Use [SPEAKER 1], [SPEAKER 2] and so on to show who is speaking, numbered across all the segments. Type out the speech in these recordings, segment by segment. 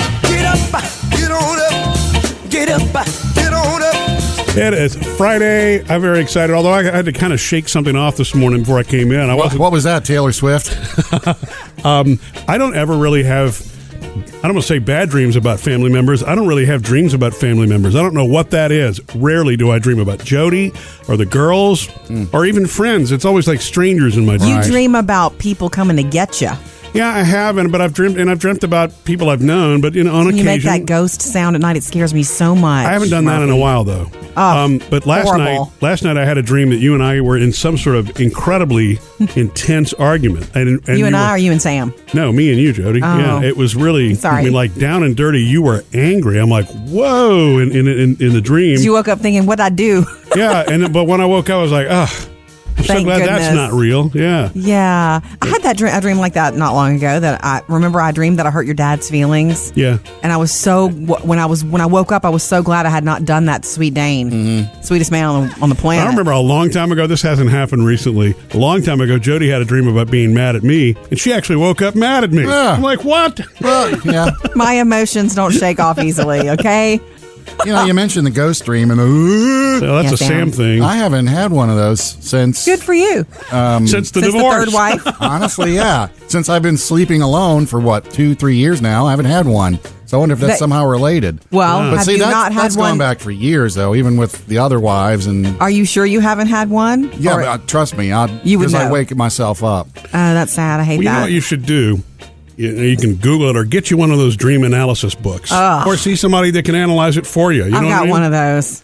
[SPEAKER 1] up, get on up, get up, get on up.
[SPEAKER 2] It is Friday. I'm very excited, although I had to kind of shake something off this morning before I came in. I
[SPEAKER 3] What,
[SPEAKER 2] wasn't.
[SPEAKER 3] what was that, Taylor Swift?
[SPEAKER 2] Um, I don't ever really have. I don't want to say bad dreams about family members. I don't really have dreams about family members. I don't know what that is. Rarely do I dream about Jody or the girls
[SPEAKER 3] Hmm.
[SPEAKER 2] or even friends. It's always like strangers in my
[SPEAKER 4] You
[SPEAKER 2] dreams.
[SPEAKER 4] dream about people coming to get you.
[SPEAKER 2] yeah, I have, and but I've dreamed and I've dreamt about people I've known. But you know, on
[SPEAKER 4] When you
[SPEAKER 2] occasion,
[SPEAKER 4] make that ghost sound at night, it scares me so much.
[SPEAKER 2] I haven't done that in a while though. Um,
[SPEAKER 4] Oh,
[SPEAKER 2] but last
[SPEAKER 4] horrible.
[SPEAKER 2] night, last night I had a dream that you and I were in some sort of incredibly intense argument. And,
[SPEAKER 4] You and
[SPEAKER 2] we
[SPEAKER 4] I,
[SPEAKER 2] were-
[SPEAKER 4] or you and Sam?
[SPEAKER 2] No, me and you, Jody. Yeah, it was really.
[SPEAKER 4] Sorry.
[SPEAKER 2] I mean, like down and dirty. You were angry. I'm like, whoa, in in in, in the dream.
[SPEAKER 4] You woke up thinking, "What would I do?"
[SPEAKER 2] yeah, and but when I woke up, I was like, ah, I'm so
[SPEAKER 4] Thank
[SPEAKER 2] glad that's
[SPEAKER 4] goodness.
[SPEAKER 2] not real. Yeah.
[SPEAKER 4] yeah, I had that dream. A dream like that not long ago. That I remember. I dreamed that I hurt your dad's feelings.
[SPEAKER 2] Yeah.
[SPEAKER 4] And I was so when I was when I woke up, I was so glad I had not done that. to Sweet Dane,
[SPEAKER 3] Mm.
[SPEAKER 4] Mm. sweetest man on the on the
[SPEAKER 2] I
[SPEAKER 4] planet.
[SPEAKER 2] don't remember a long time ago. This hasn't happened recently. A long time ago, Jody had a dream about being mad at me, and she actually woke up mad at me.
[SPEAKER 3] Yeah.
[SPEAKER 2] I'm like, what?
[SPEAKER 3] well, yeah.
[SPEAKER 4] My emotions don't shake off easily. Okay,
[SPEAKER 3] You know, you mentioned the ghost dream, and the,
[SPEAKER 2] Well, that's
[SPEAKER 4] Yeah,
[SPEAKER 2] a Sam
[SPEAKER 4] Sam.
[SPEAKER 2] thing.
[SPEAKER 3] I haven't had one of those since. um,
[SPEAKER 4] good for you.
[SPEAKER 2] since the
[SPEAKER 4] Since
[SPEAKER 2] divorce.
[SPEAKER 4] the third wife.
[SPEAKER 3] Honestly, yeah. Since I've been sleeping alone for what two, three years now, I haven't had one. So I wonder if that's
[SPEAKER 4] That-
[SPEAKER 3] somehow related.
[SPEAKER 4] Well,
[SPEAKER 3] But
[SPEAKER 4] have
[SPEAKER 3] see,
[SPEAKER 4] you
[SPEAKER 3] that's,
[SPEAKER 4] not had
[SPEAKER 3] that's
[SPEAKER 4] one?
[SPEAKER 3] gone back for years, though, even with the other wives. And
[SPEAKER 4] Are you sure you haven't had one?
[SPEAKER 3] yeah,
[SPEAKER 4] Or-
[SPEAKER 3] but, uh, trust me, I
[SPEAKER 4] You would
[SPEAKER 3] because I
[SPEAKER 4] know.
[SPEAKER 3] wake myself up.
[SPEAKER 4] Oh, that's sad. I hate
[SPEAKER 2] Well, you know
[SPEAKER 4] that.
[SPEAKER 2] what you should do? You, you can Google it or get you one of those dream analysis books. Or see somebody that can analyze it for you. You know
[SPEAKER 4] I've
[SPEAKER 2] what
[SPEAKER 4] got
[SPEAKER 2] I mean?
[SPEAKER 4] one of those.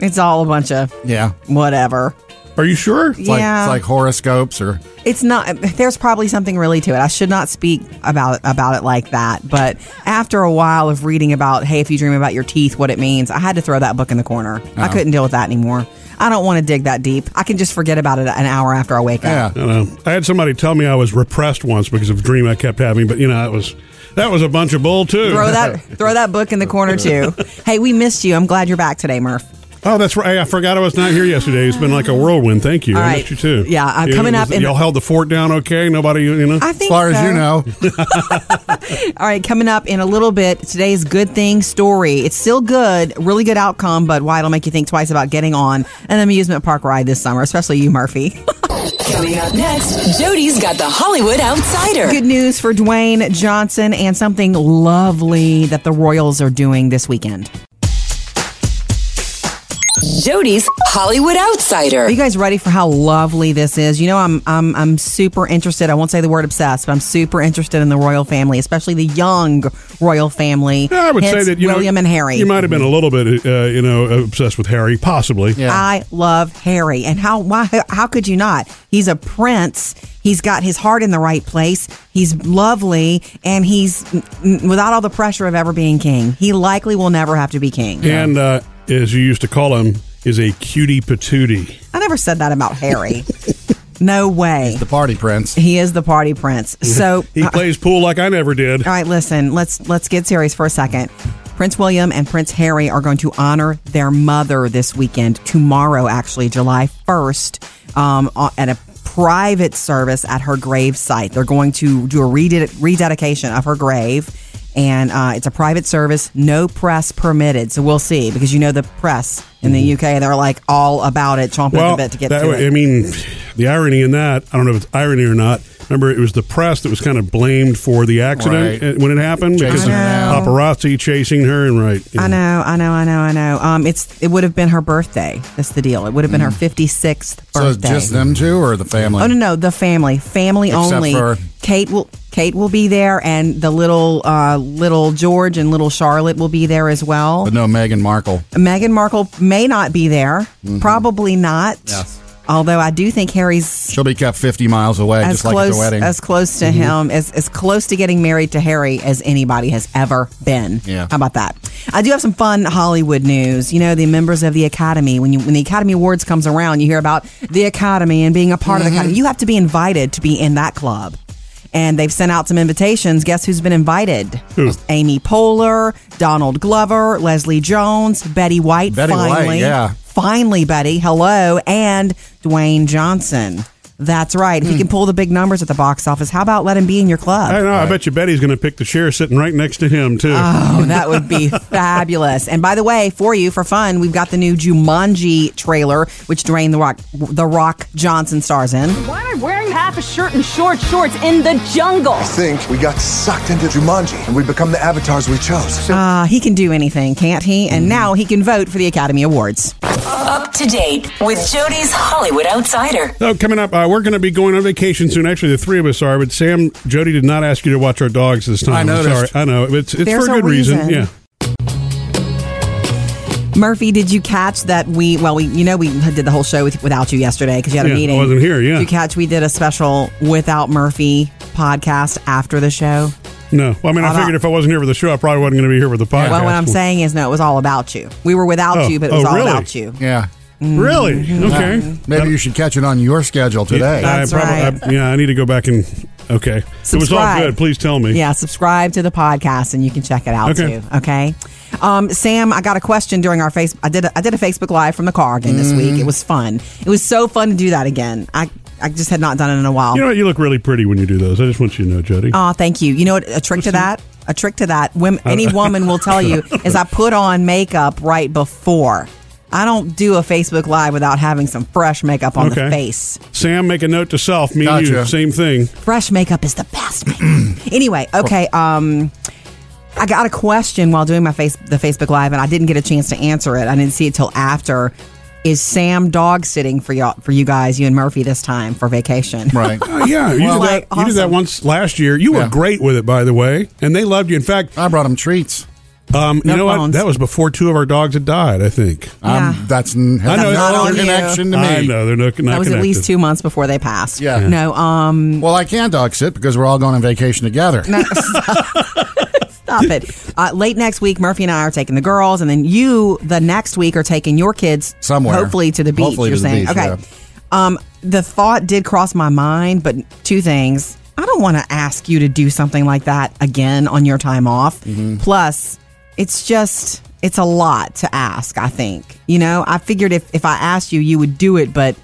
[SPEAKER 4] It's all a bunch of
[SPEAKER 3] Yeah.
[SPEAKER 4] whatever.
[SPEAKER 2] Are you sure?
[SPEAKER 3] It's like,
[SPEAKER 4] yeah,
[SPEAKER 3] it's like horoscopes or
[SPEAKER 4] it's not. There's probably something really to it. I should not speak about about it like that. But after a while of reading about, hey, if you dream about your teeth, what it means, I had to throw that book in the corner. I
[SPEAKER 3] Uh-huh.
[SPEAKER 4] couldn't deal with that anymore. I don't want to dig that deep. I can just forget about it an hour after I wake
[SPEAKER 3] yeah.
[SPEAKER 4] up.
[SPEAKER 2] I don't know. um, I had somebody tell me I was repressed once because of a dream I kept having, but you know, that was that was a bunch of bull too.
[SPEAKER 4] Throw that throw that book in the corner too. Hey, we missed you. I'm glad you're back today, Murph.
[SPEAKER 2] Oh, that's right. I forgot I was not here yesterday. It's been like a whirlwind. Thank you.
[SPEAKER 4] All
[SPEAKER 2] I
[SPEAKER 4] right.
[SPEAKER 2] missed you too.
[SPEAKER 4] Yeah, I'm
[SPEAKER 2] You-
[SPEAKER 4] coming up in-
[SPEAKER 2] Y'all held the fort down okay? Nobody, you know?
[SPEAKER 4] I
[SPEAKER 3] As
[SPEAKER 4] think
[SPEAKER 3] far as
[SPEAKER 4] so.
[SPEAKER 3] you know,
[SPEAKER 4] All right, coming up in a little bit, today's good thing story. It's still good, really good outcome, but why it'll make you think twice about getting on an amusement park ride this summer, especially you, Murphy.
[SPEAKER 5] Coming up next, Jody's got the Hollywood Outsider.
[SPEAKER 4] good news for Dwayne Johnson and something lovely that the Royals are doing this weekend.
[SPEAKER 5] Jody's Hollywood Outsider.
[SPEAKER 4] Are you guys ready for how lovely this is? You know, I'm I'm I'm super interested. I won't say the word obsessed, but I'm super interested in the royal family, especially the young royal family.
[SPEAKER 2] Yeah, I would say
[SPEAKER 4] Hence,
[SPEAKER 2] that you know,
[SPEAKER 4] William and Harry.
[SPEAKER 2] You might have been a little bit, uh, you know, obsessed with Harry, possibly.
[SPEAKER 3] Yeah.
[SPEAKER 4] I love Harry, and how why how could you not? He's a prince. He's got his heart in the right place. He's lovely, and he's n- n- without all the pressure of ever being king. He likely will never have to be king.
[SPEAKER 2] And uh, as you used to call him, is a cutie patootie.
[SPEAKER 4] I never said that about Harry. no way.
[SPEAKER 3] the party prince.
[SPEAKER 4] He is the party prince. So uh,
[SPEAKER 2] He plays pool like I never did.
[SPEAKER 4] All right, listen. Let's let's get serious for a second. Prince William and Prince Harry are going to honor their mother this weekend, tomorrow, actually, July first, um, o- at a private service at her grave site. They're going to do a reded- rededication of her grave, and uh, it's a private service, no press permitted. So we'll see, because you know the press in the UK, they're like all about it, chomping
[SPEAKER 2] Mm-hmm. Well,
[SPEAKER 4] at the bit to get
[SPEAKER 2] that
[SPEAKER 4] to
[SPEAKER 2] way-
[SPEAKER 4] it.
[SPEAKER 2] I mean, the irony in that, I don't know if it's irony or not. Remember, it was the press that was kind of blamed for the accident
[SPEAKER 3] Right.
[SPEAKER 2] uh, when it happened because
[SPEAKER 3] Chasing
[SPEAKER 2] of
[SPEAKER 3] her
[SPEAKER 4] down.
[SPEAKER 2] paparazzi chasing her and right. you
[SPEAKER 4] I know, I know, I know, I know. Um, it's it would have been her birthday. That's the deal. It would have been her fifty sixth
[SPEAKER 3] Mm. So
[SPEAKER 4] birthday.
[SPEAKER 3] just them two or the family?
[SPEAKER 4] Oh no, no, the family, family
[SPEAKER 3] Except
[SPEAKER 4] only.
[SPEAKER 3] for-
[SPEAKER 4] Kate will Kate will be there, and the little uh, little George and little Charlotte will be there as well.
[SPEAKER 3] But no, Meghan Markle.
[SPEAKER 4] Meghan Markle may not be there, probably not.
[SPEAKER 3] Yes.
[SPEAKER 4] Although I do think Harry's
[SPEAKER 3] She'll be kept 50 miles away,
[SPEAKER 4] as
[SPEAKER 3] just like at
[SPEAKER 4] close
[SPEAKER 3] the wedding. Mm-hmm.
[SPEAKER 4] as close to him as as close to getting married to Harry as anybody has ever been.
[SPEAKER 3] Yeah.
[SPEAKER 4] How about that? I do have some fun Hollywood news. You know, the members of the Academy. When you when the Academy Awards comes around, you hear about the Academy and being a part of the
[SPEAKER 3] Mm-hmm.
[SPEAKER 4] Academy. You have to be invited to be in that club. And they've sent out some invitations. Guess who's been invited? Amy Poehler, Donald Glover, Leslie Jones, Betty White.
[SPEAKER 3] Betty White,
[SPEAKER 4] finally,
[SPEAKER 3] yeah.
[SPEAKER 4] finally, Betty. Hello, and Dwayne Johnson. That's right. If he can pull the big numbers at the box office, how about let him be in your club?
[SPEAKER 2] Hmm. I know. I bet you Betty's going to pick the chair sitting right next to him too.
[SPEAKER 4] Oh, that would be fabulous. And by the way, for you for fun, we've got the new Jumanji trailer, which Dwayne the Rock the Rock Johnson stars in.
[SPEAKER 5] Why am I wearing half a shirt and short shorts in the jungle?
[SPEAKER 6] think we got sucked into Jumanji and we become the avatars we chose.
[SPEAKER 4] Uh, he can do anything, can't he?
[SPEAKER 2] Hmm.
[SPEAKER 4] And now he can vote for the Academy Awards.
[SPEAKER 5] Up to date with Jody's Hollywood Outsider.
[SPEAKER 2] So coming up, uh, we're going to be going on vacation soon. Actually, the three of us are, but Sam, Jody did not ask you to watch our dogs this time.
[SPEAKER 3] I
[SPEAKER 2] I'm
[SPEAKER 3] noticed.
[SPEAKER 2] sorry. I know it's it's
[SPEAKER 4] There's
[SPEAKER 2] for
[SPEAKER 4] a
[SPEAKER 2] a good reason.
[SPEAKER 4] reason.
[SPEAKER 2] Yeah.
[SPEAKER 4] Murphy, did you catch that we? Well, we you know we did the whole show with, without you yesterday because you had a
[SPEAKER 2] Yeah, I
[SPEAKER 4] meeting.
[SPEAKER 2] wasn't here, yeah.
[SPEAKER 4] did you catch we did a special without Murphy podcast after the show?
[SPEAKER 2] No. Well, I mean, I
[SPEAKER 4] Hold
[SPEAKER 2] figured
[SPEAKER 4] on.
[SPEAKER 2] if I wasn't here for the show, I probably wasn't going to be here for the podcast.
[SPEAKER 4] well, what I'm saying is, no, it was all about you. We were without
[SPEAKER 2] Oh,
[SPEAKER 4] you, but it was
[SPEAKER 2] oh,
[SPEAKER 4] all
[SPEAKER 2] really?
[SPEAKER 4] about you. Mm-hmm.
[SPEAKER 3] Yeah.
[SPEAKER 2] Really? Okay.
[SPEAKER 3] Maybe you should catch it on your schedule today.
[SPEAKER 2] I
[SPEAKER 4] That's
[SPEAKER 2] I- yeah, I need to go back and okay. It was all
[SPEAKER 4] Subscribe.
[SPEAKER 2] good. Please tell me.
[SPEAKER 4] Yeah, subscribe to the podcast and you can check it out
[SPEAKER 2] Okay.
[SPEAKER 4] too. Okay. Um, Sam, I got a question during our face. I did. A, I did a Facebook live from the car again this
[SPEAKER 2] Mm-hmm.
[SPEAKER 4] week. It was fun. It was so fun to do that again. I I just had not done it in a while.
[SPEAKER 2] You know what? You look really pretty when you do those. I just want you to know, Jody.
[SPEAKER 4] Oh, thank you. You know what? A trick to that. A trick to that. Women, any woman will tell you is I put on makeup right before. I don't do a Facebook live without having some fresh makeup on
[SPEAKER 2] Okay.
[SPEAKER 4] the face.
[SPEAKER 2] Sam, make a note to self. Me and you,
[SPEAKER 3] Gotcha.
[SPEAKER 2] same thing.
[SPEAKER 4] Fresh makeup is the best. makeup. anyway, okay. Um, I got a question while doing my face the Facebook live, and I didn't get a chance to answer it. I didn't see it till after. Is Sam dog sitting for y'all for you guys, you and Murphy this time for vacation?
[SPEAKER 3] Right.
[SPEAKER 2] Oh, yeah, you,
[SPEAKER 3] Well,
[SPEAKER 2] did that,
[SPEAKER 4] like,
[SPEAKER 2] you did that
[SPEAKER 4] awesome.
[SPEAKER 2] once last year. You were
[SPEAKER 3] Yeah.
[SPEAKER 2] great with it, by the way, and they loved you. In fact,
[SPEAKER 3] I brought him treats.
[SPEAKER 2] um, you
[SPEAKER 4] No
[SPEAKER 2] know what?
[SPEAKER 4] bones.
[SPEAKER 2] That was before two of our dogs had died. I think.
[SPEAKER 4] Yeah.
[SPEAKER 3] Um, that's n- has
[SPEAKER 2] know. Not
[SPEAKER 3] no
[SPEAKER 4] on you.
[SPEAKER 3] connection to me.
[SPEAKER 2] I know they're not. not
[SPEAKER 4] That was
[SPEAKER 2] connected.
[SPEAKER 4] at least two months before they passed.
[SPEAKER 3] Yeah. Yeah.
[SPEAKER 4] No. Um.
[SPEAKER 3] Well, I can dog sit because we're all going on vacation together.
[SPEAKER 4] No, stop. Stop it. Uh, late next week, Murphy and I are taking the girls, and then you the next week are taking your kids
[SPEAKER 3] Somewhere.
[SPEAKER 4] hopefully to the beach.
[SPEAKER 3] Hopefully
[SPEAKER 4] you're
[SPEAKER 3] to the
[SPEAKER 4] saying,
[SPEAKER 3] beach,
[SPEAKER 4] okay.
[SPEAKER 3] yeah.
[SPEAKER 4] Um, the thought did cross my mind, but two things. I don't want to ask you to do something like that again on your time off.
[SPEAKER 3] Mm-hmm.
[SPEAKER 4] Plus, it's just it's a lot to ask. I think you know. I figured if if I asked you, you would do it, but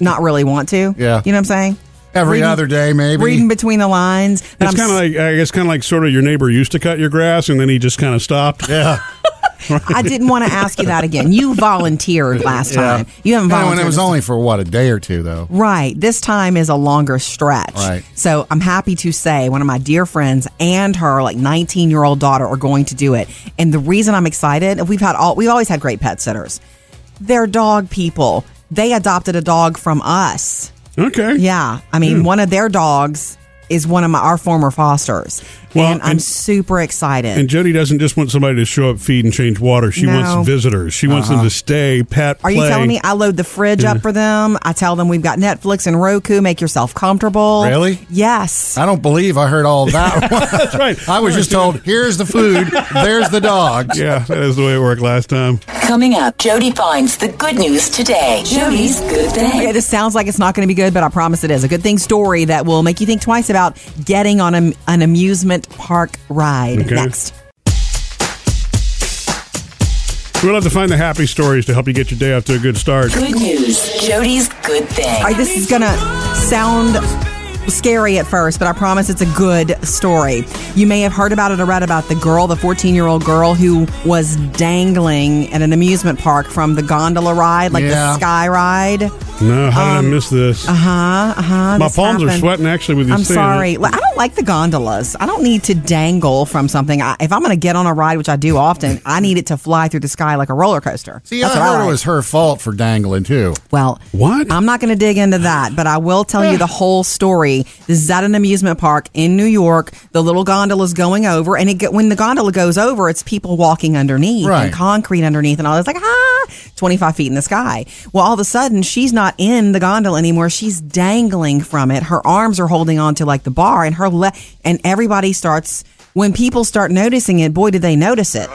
[SPEAKER 4] not really want to.
[SPEAKER 3] Yeah.
[SPEAKER 4] you know what I'm saying.
[SPEAKER 3] Every
[SPEAKER 4] Reading-
[SPEAKER 3] other day, maybe.
[SPEAKER 4] Reading between the lines. but
[SPEAKER 2] It's
[SPEAKER 4] I'm
[SPEAKER 2] kind of like I guess, kind of like sort of your neighbor used to cut your grass, and then he just kind of stopped.
[SPEAKER 3] yeah.
[SPEAKER 4] I didn't want to ask you that again. You volunteered last time. You haven't
[SPEAKER 3] And
[SPEAKER 4] volunteered.
[SPEAKER 3] when it was
[SPEAKER 4] this time.
[SPEAKER 3] only for what a day or two, though.
[SPEAKER 4] Right. This time is a longer stretch.
[SPEAKER 3] Right.
[SPEAKER 4] So I'm happy to say one of my dear friends and her like 19 year old daughter are going to do it. And the reason I'm excited, we've had all we've always had great pet sitters. They're dog people. They adopted a dog from us.
[SPEAKER 2] Okay. Hmm.
[SPEAKER 4] Yeah. I mean, one of their dogs is one of my our former fosters.
[SPEAKER 2] Well,
[SPEAKER 4] and I'm
[SPEAKER 2] and-
[SPEAKER 4] super excited.
[SPEAKER 2] And Jody doesn't just want somebody to show up, feed, and change water. She
[SPEAKER 4] No.
[SPEAKER 2] wants visitors. She wants
[SPEAKER 3] Uh-huh.
[SPEAKER 2] them to stay, pet,
[SPEAKER 4] Are
[SPEAKER 2] play.
[SPEAKER 4] you telling me I load the fridge up for them? I tell them we've got Netflix and Roku. Make yourself comfortable.
[SPEAKER 3] Really?
[SPEAKER 4] Yes.
[SPEAKER 3] I don't believe I heard all that. That's
[SPEAKER 2] right.
[SPEAKER 3] I was just told, here's the food, there's the dogs.
[SPEAKER 2] Yeah, that is the way it worked last time.
[SPEAKER 5] Coming up, Jody finds the good news today. Jody's good
[SPEAKER 4] Okay,
[SPEAKER 5] thing.
[SPEAKER 4] this sounds like it's not going to be good, but I promise it is. A good thing story that will make you think twice about getting on a, an amusement park ride
[SPEAKER 2] Okay.
[SPEAKER 4] next.
[SPEAKER 2] We'll have to find the happy stories to help you get your day off to a good start.
[SPEAKER 5] Good news. Jody's good thing.
[SPEAKER 4] All right, this is going to sound scary at first, but I promise it's a good story. You may have heard about it or read about the girl, the 14 year old girl who was dangling at an amusement park from the gondola ride, like the
[SPEAKER 3] Yeah.
[SPEAKER 4] sky ride.
[SPEAKER 2] No, how did I miss this?
[SPEAKER 4] Uh huh. Uh huh.
[SPEAKER 2] My palms are sweating actually with you
[SPEAKER 4] I'm
[SPEAKER 2] saying
[SPEAKER 4] sorry.
[SPEAKER 2] it.
[SPEAKER 4] Like, I don't like the gondolas. I don't need to dangle from something. I, if I'm going to get on a ride, which I do often, I need it to fly through the sky like a roller coaster.
[SPEAKER 3] See,
[SPEAKER 4] That's
[SPEAKER 3] I
[SPEAKER 4] what
[SPEAKER 3] heard
[SPEAKER 4] like.
[SPEAKER 3] it was her fault for dangling, too.
[SPEAKER 4] Well,
[SPEAKER 2] What?
[SPEAKER 4] I'm not going to dig into that, but I will tell you the whole story. This is at an amusement park in New York. The little gondola's going over, and it get, when the gondola goes over, it's people walking underneath
[SPEAKER 3] Right.
[SPEAKER 4] and concrete underneath, and all this like ah, 25 feet in the sky. Well, all of a sudden, she's not in the gondola anymore. She's dangling from it. Her arms are holding on to like the bar, and her le- and everybody starts. When people start noticing it, boy, did they notice it.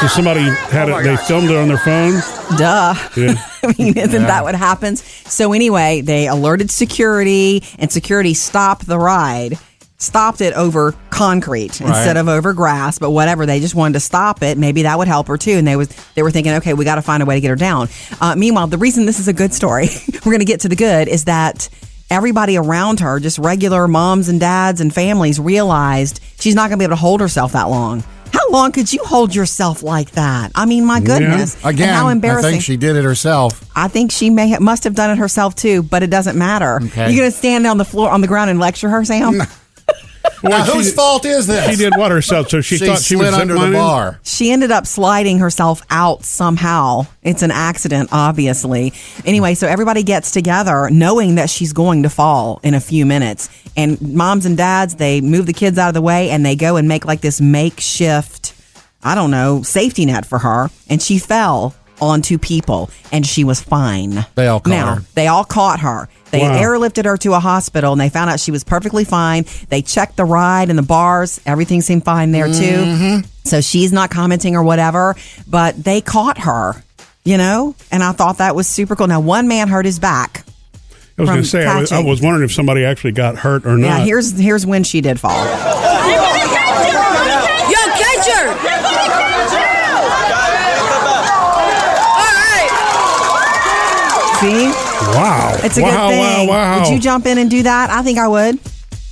[SPEAKER 2] So somebody had it. They filmed it on their phone.
[SPEAKER 4] Duh.
[SPEAKER 2] Yeah.
[SPEAKER 4] I mean, isn't that what happens? So anyway, they alerted security, and security stopped the ride. stopped it over concrete instead of over grass, but whatever. They just wanted to stop it. Maybe that would help her too. And they was they were thinking, okay, we got to find a way to get her down. Uh, meanwhile, the reason this is a good story, we're going to get to the good, is that everybody around her, just regular moms and dads and families, realized she's not going to be able to hold herself that long. How long could you hold yourself like that? I mean, my goodness. And
[SPEAKER 3] Again,
[SPEAKER 4] how embarrassing.
[SPEAKER 3] I think she did it herself.
[SPEAKER 4] I think she may ha- must have done it herself too, but it doesn't matter.
[SPEAKER 3] Okay.
[SPEAKER 4] You're going to stand on the floor on the ground and lecture her, Sam.
[SPEAKER 3] Now,
[SPEAKER 2] she
[SPEAKER 3] whose
[SPEAKER 2] did-
[SPEAKER 3] fault is this?
[SPEAKER 2] She did what herself, so she,
[SPEAKER 3] She
[SPEAKER 2] thought she
[SPEAKER 3] slid
[SPEAKER 2] was
[SPEAKER 3] under the
[SPEAKER 2] ziplining?
[SPEAKER 3] bar.
[SPEAKER 4] She ended up sliding herself out somehow. It's an accident, obviously. Anyway, so everybody gets together knowing that she's going to fall in a few minutes. And moms and dads, they move the kids out of the way and they go and make like this makeshift, I don't know, safety net for her. And she fell onto people and she was fine.
[SPEAKER 3] They all caught
[SPEAKER 4] now,
[SPEAKER 3] her.
[SPEAKER 4] They all caught her. They
[SPEAKER 2] Wow.
[SPEAKER 4] airlifted her to a hospital and they found out she was perfectly fine. They checked the ride and the bars. Everything seemed fine there
[SPEAKER 2] Mm-hmm.
[SPEAKER 4] too. So she's not commenting or whatever, but they caught her, you know? And I thought that was super cool. Now, one man hurt his back.
[SPEAKER 2] I was
[SPEAKER 4] From
[SPEAKER 2] going to say, I was, I
[SPEAKER 4] catching.
[SPEAKER 2] was wondering if somebody actually got hurt or not.
[SPEAKER 4] Now, here's here's when she did fall.
[SPEAKER 5] Yo, catch her! All right.
[SPEAKER 4] See?
[SPEAKER 2] wow.
[SPEAKER 4] It's a
[SPEAKER 2] wow,
[SPEAKER 4] good thing.
[SPEAKER 2] Wow, wow,
[SPEAKER 4] Would you jump in and do that? I think I would,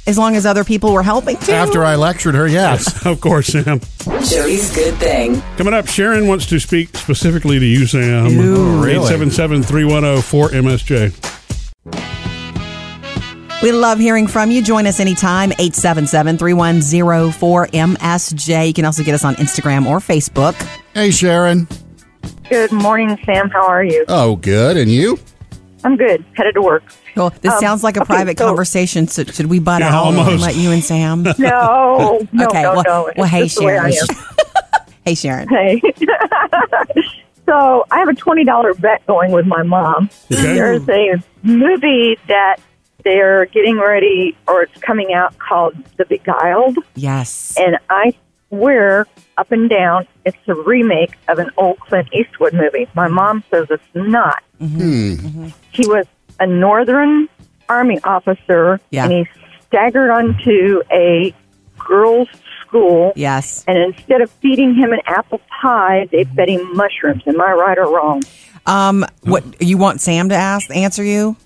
[SPEAKER 4] as long as other people were helping too.
[SPEAKER 3] After I lectured her, yes.
[SPEAKER 2] Of course, Sam.
[SPEAKER 5] Jody's good thing.
[SPEAKER 2] Coming up, Sharon wants to speak specifically to you, Sam.
[SPEAKER 3] Ooh, really?
[SPEAKER 2] 877-310-4MSJ.
[SPEAKER 4] We love hearing from you. Join us anytime, 877-3104-MSJ. You can also get us on Instagram or Facebook.
[SPEAKER 3] hey, Sharon.
[SPEAKER 7] Good morning, Sam. How are you?
[SPEAKER 3] Oh, good. And you?
[SPEAKER 7] I'm good. Headed to work.
[SPEAKER 4] Cool. Oh, This
[SPEAKER 7] Um,
[SPEAKER 4] sounds like a
[SPEAKER 7] okay,
[SPEAKER 4] private
[SPEAKER 7] so-
[SPEAKER 4] conversation. So should we butt
[SPEAKER 2] Yeah,
[SPEAKER 4] out and
[SPEAKER 2] almost.
[SPEAKER 4] let you and Sam?
[SPEAKER 7] No, no,
[SPEAKER 4] Okay,
[SPEAKER 7] no,
[SPEAKER 4] well-
[SPEAKER 7] no. It's
[SPEAKER 4] well, hey,
[SPEAKER 7] just the way I
[SPEAKER 4] Sharon.
[SPEAKER 7] am.
[SPEAKER 4] hey, Sharon.
[SPEAKER 7] Hey. so I have a twenty dollar bet going with my mom.
[SPEAKER 2] Okay.
[SPEAKER 7] There's a movie that they're getting ready, or it's coming out called The Beguiled,
[SPEAKER 4] Yes.
[SPEAKER 7] and I swear up and down it's a remake of an old Clint Eastwood movie. My mom says it's not. he was a northern army officer
[SPEAKER 4] Yeah.
[SPEAKER 7] and he staggered onto a girls school
[SPEAKER 4] Yes.
[SPEAKER 7] and instead of feeding him an apple pie they fed him mushrooms am i right or wrong
[SPEAKER 4] Um, what you want Sam to ask answer you?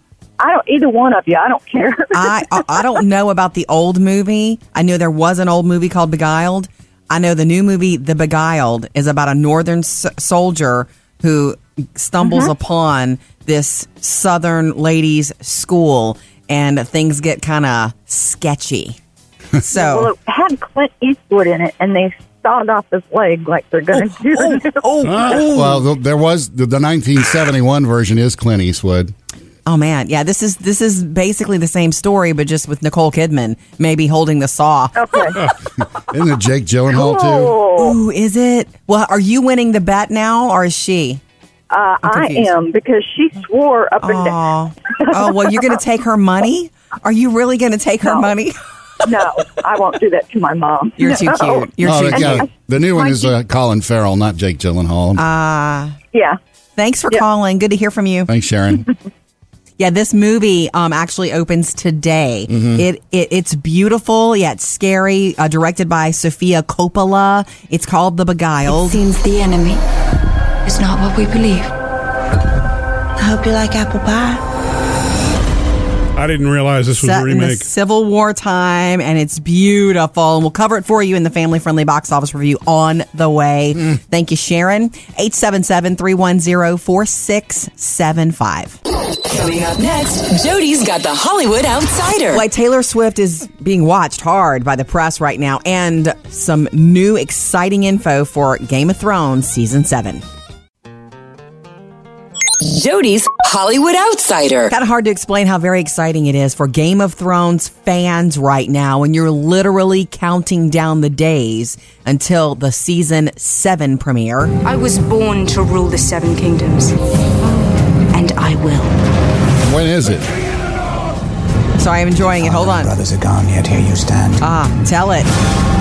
[SPEAKER 7] i don't either one of you i don't care
[SPEAKER 4] I I I don't know about the old movie. I knew there was an old movie called Beguiled. I know the new movie The Beguiled is about a northern s- soldier who stumbles
[SPEAKER 7] Mm-hmm.
[SPEAKER 4] upon this southern ladies school and things get kind of sketchy. So
[SPEAKER 7] well it had clint eastwood in it and they sawed off his leg like they're going to do
[SPEAKER 4] oh, oh, oh.
[SPEAKER 3] Well, th- there was the, the 1971 version is Clint Eastwood.
[SPEAKER 4] Oh, man, yeah. This is this is basically the same story, but just with Nicole Kidman, maybe holding the saw.
[SPEAKER 7] okay
[SPEAKER 3] Isn't it Jake Gyllenhaal too?
[SPEAKER 7] Oh,
[SPEAKER 4] Ooh, is it? Well, are you winning the bet now, or is she?
[SPEAKER 7] uh, i
[SPEAKER 4] confused.
[SPEAKER 7] am because she swore up and
[SPEAKER 4] Oh,
[SPEAKER 7] down
[SPEAKER 4] oh well, you're going to take her money. Are you really going to take her
[SPEAKER 7] No.
[SPEAKER 4] money?
[SPEAKER 7] no i won't do that to my mom
[SPEAKER 4] You're too
[SPEAKER 7] No.
[SPEAKER 4] cute. You're
[SPEAKER 3] Oh,
[SPEAKER 4] too
[SPEAKER 3] the,
[SPEAKER 4] cute. Uh,
[SPEAKER 3] yeah, the new one is uh, Colin Farrell, not Jake Gyllenhaal.
[SPEAKER 7] yeah
[SPEAKER 4] Thanks for calling. Good to hear from you.
[SPEAKER 3] Thanks, Sharon.
[SPEAKER 4] Yeah, this movie um, actually opens today. It, it it's beautiful yet scary. Uh, directed by Sofia Coppola. It's called The Beguiled.
[SPEAKER 8] Seems the enemy is not what we believe.
[SPEAKER 9] I hope you like apple pie.
[SPEAKER 2] I didn't realize this was
[SPEAKER 4] set
[SPEAKER 2] a
[SPEAKER 4] in the
[SPEAKER 2] remake.
[SPEAKER 4] Civil War time, and it's beautiful. And we'll cover it for you in the family friendly box office review on the way. Thank you, Sharon. 877 310 4675.
[SPEAKER 5] Coming up next, Jody's got the Hollywood Outsider.
[SPEAKER 4] Why Taylor Swift is being watched hard by the press right now, and some new exciting info for Game of Thrones Season 7.
[SPEAKER 5] Jody's Hollywood Outsider.
[SPEAKER 4] Kind of hard to explain how very exciting it is for Game of Thrones fans right now when you're literally counting down the days until the season seven premiere.
[SPEAKER 10] I was born to rule the Seven Kingdoms. And I will.
[SPEAKER 3] when is it?
[SPEAKER 4] So I am enjoying it. Hold on.
[SPEAKER 1] Brothers are gone, yet here you stand.
[SPEAKER 4] Ah, tell it.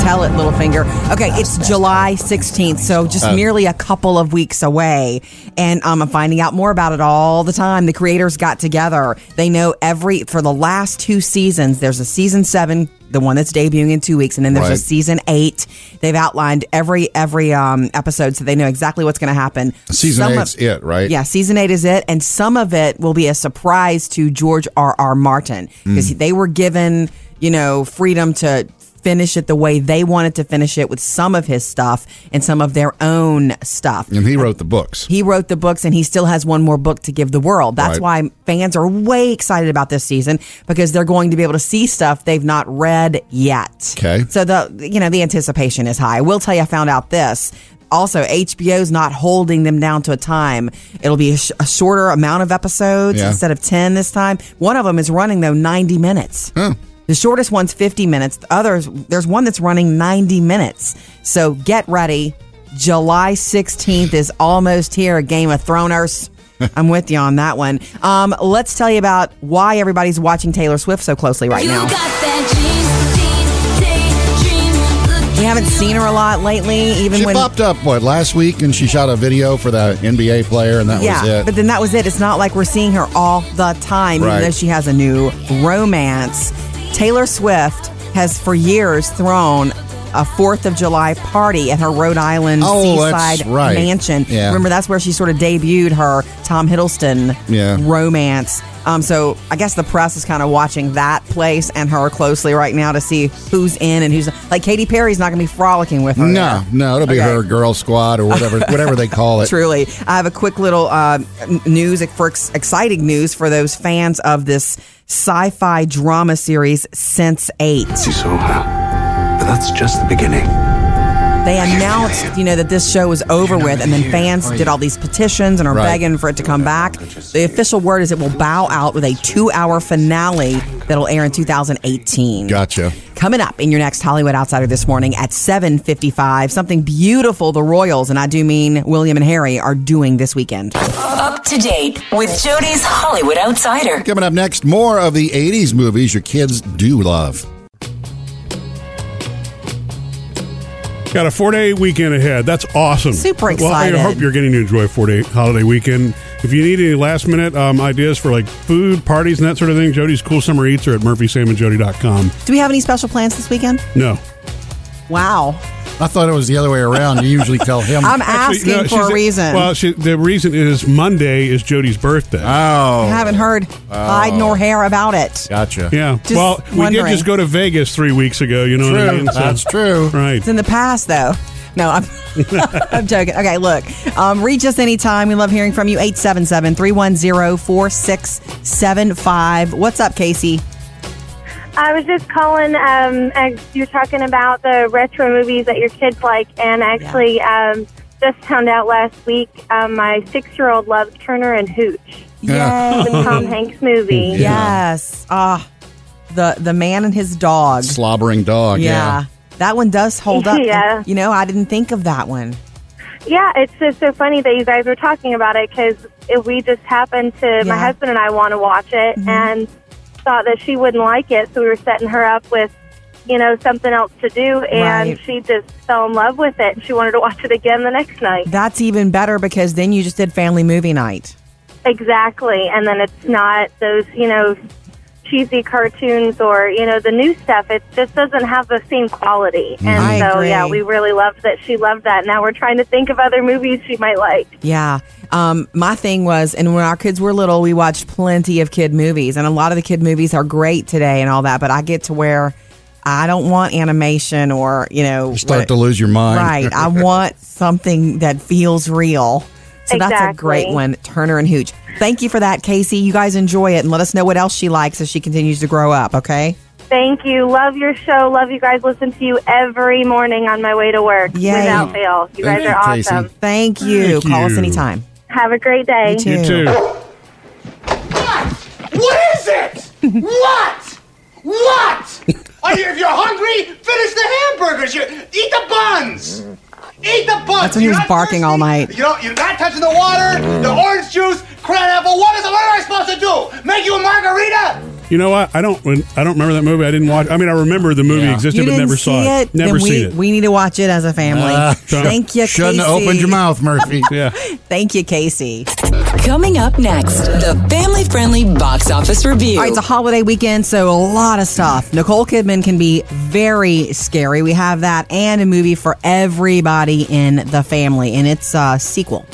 [SPEAKER 4] Tell it, little finger. Okay, it's July 16th, so just
[SPEAKER 3] Uh,
[SPEAKER 4] merely a couple of weeks away. And um, I'm finding out more about it all the time. The creators got together. They know every, for the last two seasons, there's a season seven the one that's debuting in two weeks, and then there's
[SPEAKER 3] Right.
[SPEAKER 4] a season eight. They've outlined every every um, episode, so they know exactly what's going to happen.
[SPEAKER 3] Season
[SPEAKER 4] Some
[SPEAKER 3] eight's it, right?
[SPEAKER 4] Yeah, season eight is it, and some of it will be a surprise to George R. R. Martin because
[SPEAKER 3] Mm.
[SPEAKER 4] they were given, you know, freedom to finish it the way they wanted to finish it with some of his stuff and some of their own stuff.
[SPEAKER 3] And he wrote the books.
[SPEAKER 4] He wrote the books and he still has one more book to give the world. That's
[SPEAKER 3] Right.
[SPEAKER 4] why fans are way excited about this season because they're going to be able to see stuff they've not read yet.
[SPEAKER 3] Okay.
[SPEAKER 4] So the you know, the anticipation is high. I will tell you I found out this. Also, HBO's not holding them down to a time. It'll be a, sh- a shorter amount of episodes
[SPEAKER 3] Yeah.
[SPEAKER 4] instead of 10 this time. One of them is running though 90 minutes. The shortest one's 50 minutes. The others, there's one that's running 90 minutes. So get ready. July 16th is almost here. Game of Throners. I'm with you on that one. Um, let's tell you about why everybody's watching Taylor Swift so closely right now. We haven't seen her a lot lately, even
[SPEAKER 3] She
[SPEAKER 4] when.
[SPEAKER 3] popped up what last week, and she shot a video for the NBA player, and that was
[SPEAKER 4] yeah,
[SPEAKER 3] it.
[SPEAKER 4] but then that was it. It's not like we're seeing her all the time,
[SPEAKER 3] Right.
[SPEAKER 4] even though she has a new romance. Taylor Swift has for years thrown a Fourth of July party at her Rhode Island
[SPEAKER 3] Oh, that's
[SPEAKER 4] seaside
[SPEAKER 3] right.
[SPEAKER 4] mansion.
[SPEAKER 3] Yeah.
[SPEAKER 4] Remember, that's where she sort of debuted her Tom Hiddleston
[SPEAKER 3] Yeah.
[SPEAKER 4] romance. Um, so I guess the press is kind of watching that place and her closely right now to see who's in and who's like Katy Perry's not going to be frolicking with her.
[SPEAKER 3] no,
[SPEAKER 4] there.
[SPEAKER 3] no, it'll be
[SPEAKER 4] Okay.
[SPEAKER 3] her girl squad or whatever, whatever they call it.
[SPEAKER 4] Truly, I have a quick little uh, n- news for ex- exciting news for those fans of this sci-fi drama series Sense Eight.
[SPEAKER 6] So hot. But that's just the beginning.
[SPEAKER 4] They announced, you know, that this show was over with, and then fans did all these petitions and are
[SPEAKER 3] Right.
[SPEAKER 4] begging for it to come back. The official word is it will bow out with a two-hour finale that'll air in 2018.
[SPEAKER 3] Gotcha.
[SPEAKER 4] Coming up in your next Hollywood Outsider this morning at 7:55, something beautiful the Royals and I do mean William and Harry are doing this weekend.
[SPEAKER 5] Up to date with Jody's Hollywood Outsider.
[SPEAKER 3] Coming up next, more of the '80s movies your kids do love.
[SPEAKER 2] Got a four day weekend ahead. That's awesome.
[SPEAKER 4] Super
[SPEAKER 2] Well,
[SPEAKER 4] excited.
[SPEAKER 2] I hope you're getting to enjoy a four day holiday weekend. If you need any last minute um, ideas for like food, parties, and that sort of thing, Jody's Cool Summer Eats are at murphysamandjody.com.
[SPEAKER 4] Do we have any special plans this weekend?
[SPEAKER 2] No.
[SPEAKER 4] Wow.
[SPEAKER 3] I thought it was the other way around. You usually tell him.
[SPEAKER 4] I'm
[SPEAKER 2] Actually,
[SPEAKER 4] asking
[SPEAKER 2] no,
[SPEAKER 4] for
[SPEAKER 2] she's-
[SPEAKER 4] a reason.
[SPEAKER 2] Well, she, the reason is Monday is Jody's birthday.
[SPEAKER 3] oh,
[SPEAKER 4] I haven't heard hide nor hair about it.
[SPEAKER 3] Gotcha.
[SPEAKER 2] yeah.
[SPEAKER 4] just
[SPEAKER 2] well, we did
[SPEAKER 4] wondering.
[SPEAKER 2] just go to Vegas three weeks ago. You know what I
[SPEAKER 3] True.
[SPEAKER 2] mean? So-
[SPEAKER 3] That's true.
[SPEAKER 2] Right.
[SPEAKER 4] It's in the past, though. No, I'm, I'm joking. Okay, look, um, reach us anytime. We love hearing from you. 877 310 4675. What's up, Casey?
[SPEAKER 11] I was just calling. Um, as you're talking about the retro movies that your kids like, and actually, um, just found out last week um, my six-year-old loves Turner and Hooch,
[SPEAKER 3] Yeah.
[SPEAKER 11] the Tom Hanks movie.
[SPEAKER 4] Yes. Ah, the, the man and his dog.
[SPEAKER 3] Slobbering dog.
[SPEAKER 4] yeah. That one does hold up.
[SPEAKER 11] Yeah.
[SPEAKER 4] You know, I didn't think of that one.
[SPEAKER 11] Yeah, it's just so funny that you guys were talking about it because we just happened to, my
[SPEAKER 4] Yeah. Mm-hmm.
[SPEAKER 11] husband and I want to watch it and thought that she wouldn't like it. So we were setting her up with, you know, something else to do. And
[SPEAKER 4] Right.
[SPEAKER 11] she just fell in love with it. She wanted to watch it again the next night.
[SPEAKER 4] That's even better because then you just did family movie night.
[SPEAKER 11] Exactly. And then it's not those, you know, cheesy cartoons or, you know, the new stuff. It just doesn't have the same quality. And
[SPEAKER 4] Mm-hmm. I
[SPEAKER 11] so,
[SPEAKER 4] agree.
[SPEAKER 11] yeah, we really loved that. She loved that. Now we're trying to think of other movies she might like.
[SPEAKER 4] Yeah. Um, my thing was, and when our kids were little, we watched plenty of kid movies, and a lot of the kid movies are great today and all that. But I get to where I don't want animation or you know
[SPEAKER 3] You start
[SPEAKER 4] what-
[SPEAKER 3] to lose your mind.
[SPEAKER 4] right. I want something that feels real. So that's a great
[SPEAKER 11] Exactly.
[SPEAKER 4] one, Turner and Hooch. Thank you for that, Casey. You guys enjoy it, and let us know what else she likes as she continues to grow up. Okay.
[SPEAKER 11] Thank you. Love your show. Love you guys. Listen to you every morning on my way to work
[SPEAKER 4] Yay.
[SPEAKER 11] without fail. You
[SPEAKER 3] Thank you,
[SPEAKER 11] guys are
[SPEAKER 3] Casey.
[SPEAKER 11] awesome.
[SPEAKER 4] Thank you.
[SPEAKER 2] Thank
[SPEAKER 4] Call us
[SPEAKER 2] you.
[SPEAKER 4] anytime.
[SPEAKER 11] Have a great day.
[SPEAKER 2] you
[SPEAKER 4] too.
[SPEAKER 2] too.
[SPEAKER 1] What is it? what? What? Are you, if you're hungry, finish the hamburgers. You eat the buns. Eat the buns.
[SPEAKER 4] That's when he
[SPEAKER 1] You're
[SPEAKER 4] was
[SPEAKER 1] not
[SPEAKER 4] barking all night.
[SPEAKER 1] You know, you're not touching the water, the orange juice, crab apple. What is it? What am I supposed to do? Make you a margarita?
[SPEAKER 2] You know what? I don't. I don't remember that movie. I didn't watch. I mean, I remember the movie
[SPEAKER 4] Yeah.
[SPEAKER 2] existed,
[SPEAKER 4] You
[SPEAKER 2] but
[SPEAKER 4] didn't
[SPEAKER 2] never
[SPEAKER 4] see
[SPEAKER 2] saw it.
[SPEAKER 4] it?
[SPEAKER 2] Never
[SPEAKER 4] Then we-
[SPEAKER 2] seen it.
[SPEAKER 4] We need to watch it as a family.
[SPEAKER 2] Ah, shut-
[SPEAKER 4] Thank you,
[SPEAKER 3] Shouldn't have
[SPEAKER 4] Casey.
[SPEAKER 3] opened your mouth, Murphy.
[SPEAKER 2] yeah.
[SPEAKER 4] Thank you, Casey.
[SPEAKER 5] Coming up next, the family friendly box office review.
[SPEAKER 4] All right, it's a holiday weekend, so a lot of stuff. Nicole Kidman can be very scary. We have that and a movie for everybody in the family, and it's a sequel.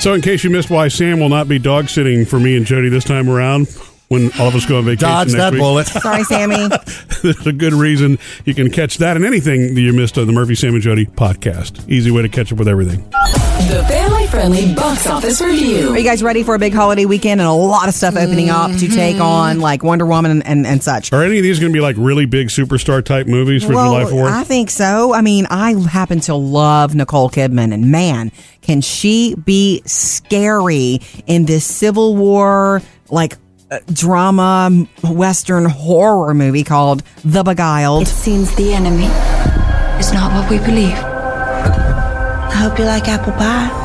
[SPEAKER 2] So, in case you missed why Sam will not be dog sitting for me and Jody this time around, when all of us go on vacation
[SPEAKER 3] Dodge
[SPEAKER 2] next
[SPEAKER 3] that
[SPEAKER 2] week,
[SPEAKER 3] bullet.
[SPEAKER 4] Sorry, Sammy.
[SPEAKER 2] there's a good reason you can catch that and anything that you missed on the Murphy Sam and Jody podcast. Easy way to catch up with everything.
[SPEAKER 5] the family friendly box office
[SPEAKER 4] Are you
[SPEAKER 5] review.
[SPEAKER 4] guys ready for a big holiday weekend and a lot of stuff opening up to
[SPEAKER 5] Mm-hmm.
[SPEAKER 4] take on, like Wonder Woman and, and, and such?
[SPEAKER 2] Are any of these going to be like really big superstar type movies for
[SPEAKER 4] well,
[SPEAKER 2] July Fourth?
[SPEAKER 4] I think so. I mean, I happen to love Nicole Kidman, and man, can she be scary in this Civil War like uh, drama m- Western horror movie called The
[SPEAKER 8] It
[SPEAKER 4] Beguiled?
[SPEAKER 8] seems the enemy is not what we believe.
[SPEAKER 9] I hope you like apple pie.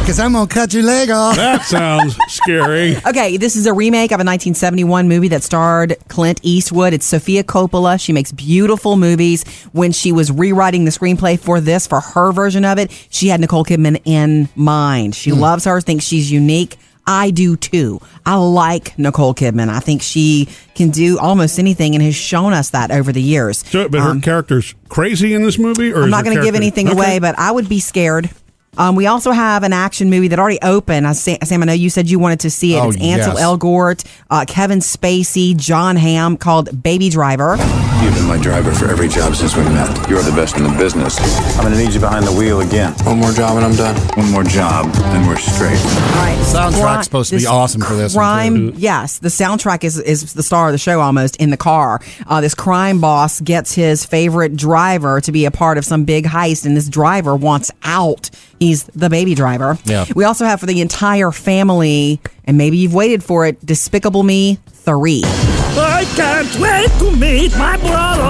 [SPEAKER 3] Because I'm going to cut your leg off.
[SPEAKER 2] that sounds scary.
[SPEAKER 4] Okay, this is a remake of a 1971 movie that starred Clint Eastwood. It's Sophia Coppola. She makes beautiful movies. When she was rewriting the screenplay for this, for her version of it, she had Nicole Kidman in mind. She loves her, thinks she's unique. I do too. I like Nicole Kidman. I think she can do almost anything and has shown us that over the years. Um,
[SPEAKER 2] So, but her character's crazy in this movie, or
[SPEAKER 4] I'm
[SPEAKER 2] is
[SPEAKER 4] not
[SPEAKER 2] her
[SPEAKER 4] going to give
[SPEAKER 2] character-
[SPEAKER 4] anything
[SPEAKER 2] Okay.
[SPEAKER 4] away, but I would be scared. Um, we also have an action movie that already opened. I, Sam, Sam, I know you said you wanted to see it.
[SPEAKER 3] Oh,
[SPEAKER 4] it's Ansel
[SPEAKER 3] yes.
[SPEAKER 4] Elgort, uh, Kevin Spacey, John Hamm, called Baby Driver.
[SPEAKER 6] You've been my driver for every job since we met. You're the best in the business. I'm gonna need you behind the wheel again. One more job and I'm done. One more job, then we're straight.
[SPEAKER 4] Right.
[SPEAKER 3] Soundtrack's supposed to be awesome for this one,
[SPEAKER 4] Crime,
[SPEAKER 3] too.
[SPEAKER 4] yes, the soundtrack is is the star of the show almost in the car. Uh, this crime boss gets his favorite driver to be a part of some big heist, and this driver wants out. He's the baby driver.
[SPEAKER 3] Yeah.
[SPEAKER 4] We also have for the entire family, and maybe you've waited for it. Despicable Me three.
[SPEAKER 12] I can't wait to meet my brother.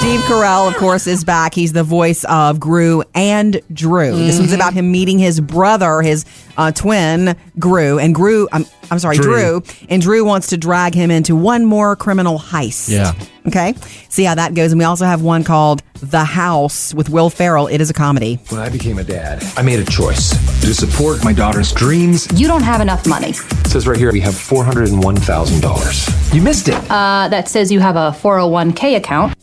[SPEAKER 4] Steve Carell, of course, is back. He's the voice of Gru and Drew. This one's about him meeting his brother, his uh, twin, Gru. And Gru, I'm, I'm sorry,
[SPEAKER 2] Drew.
[SPEAKER 4] Drew. And Drew wants to drag him into one more criminal heist.
[SPEAKER 3] Yeah.
[SPEAKER 4] Okay. See how that goes. And we also have one called The House with Will Ferrell. It is a comedy.
[SPEAKER 6] When I became a dad, I made a choice to support my daughter's dreams.
[SPEAKER 13] You don't have enough money.
[SPEAKER 6] It says right here we have $401,000. You missed it.
[SPEAKER 13] Uh, that says you have a 401k account.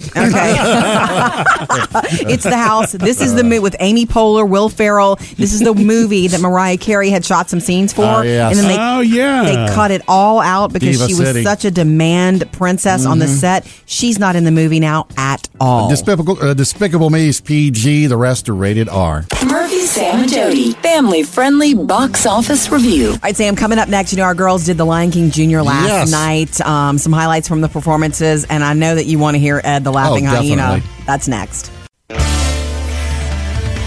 [SPEAKER 4] It's the house. This is the movie with Amy Poehler, Will Ferrell. This is the movie that Mariah Carey had shot some scenes for,
[SPEAKER 3] Oh, yes.
[SPEAKER 4] and then they
[SPEAKER 2] Oh yeah,
[SPEAKER 4] they cut it all out because
[SPEAKER 3] Diva
[SPEAKER 4] she was
[SPEAKER 3] City. Mm-hmm.
[SPEAKER 4] such a demand princess on the set. She's not in the movie now at all.
[SPEAKER 3] Despicable, uh, Despicable Me is PG. The rest are rated R.
[SPEAKER 5] Murphy, Sam, and Jody. Family friendly box office review.
[SPEAKER 4] all right, Sam, coming up next, you know, our girls did the Lion King Jr. last
[SPEAKER 3] Yes.
[SPEAKER 4] night. Um, some highlights from the performances, and I know that you want to hear Ed the Laughing
[SPEAKER 3] Oh,
[SPEAKER 4] Hyena.
[SPEAKER 3] definitely.
[SPEAKER 4] That's next.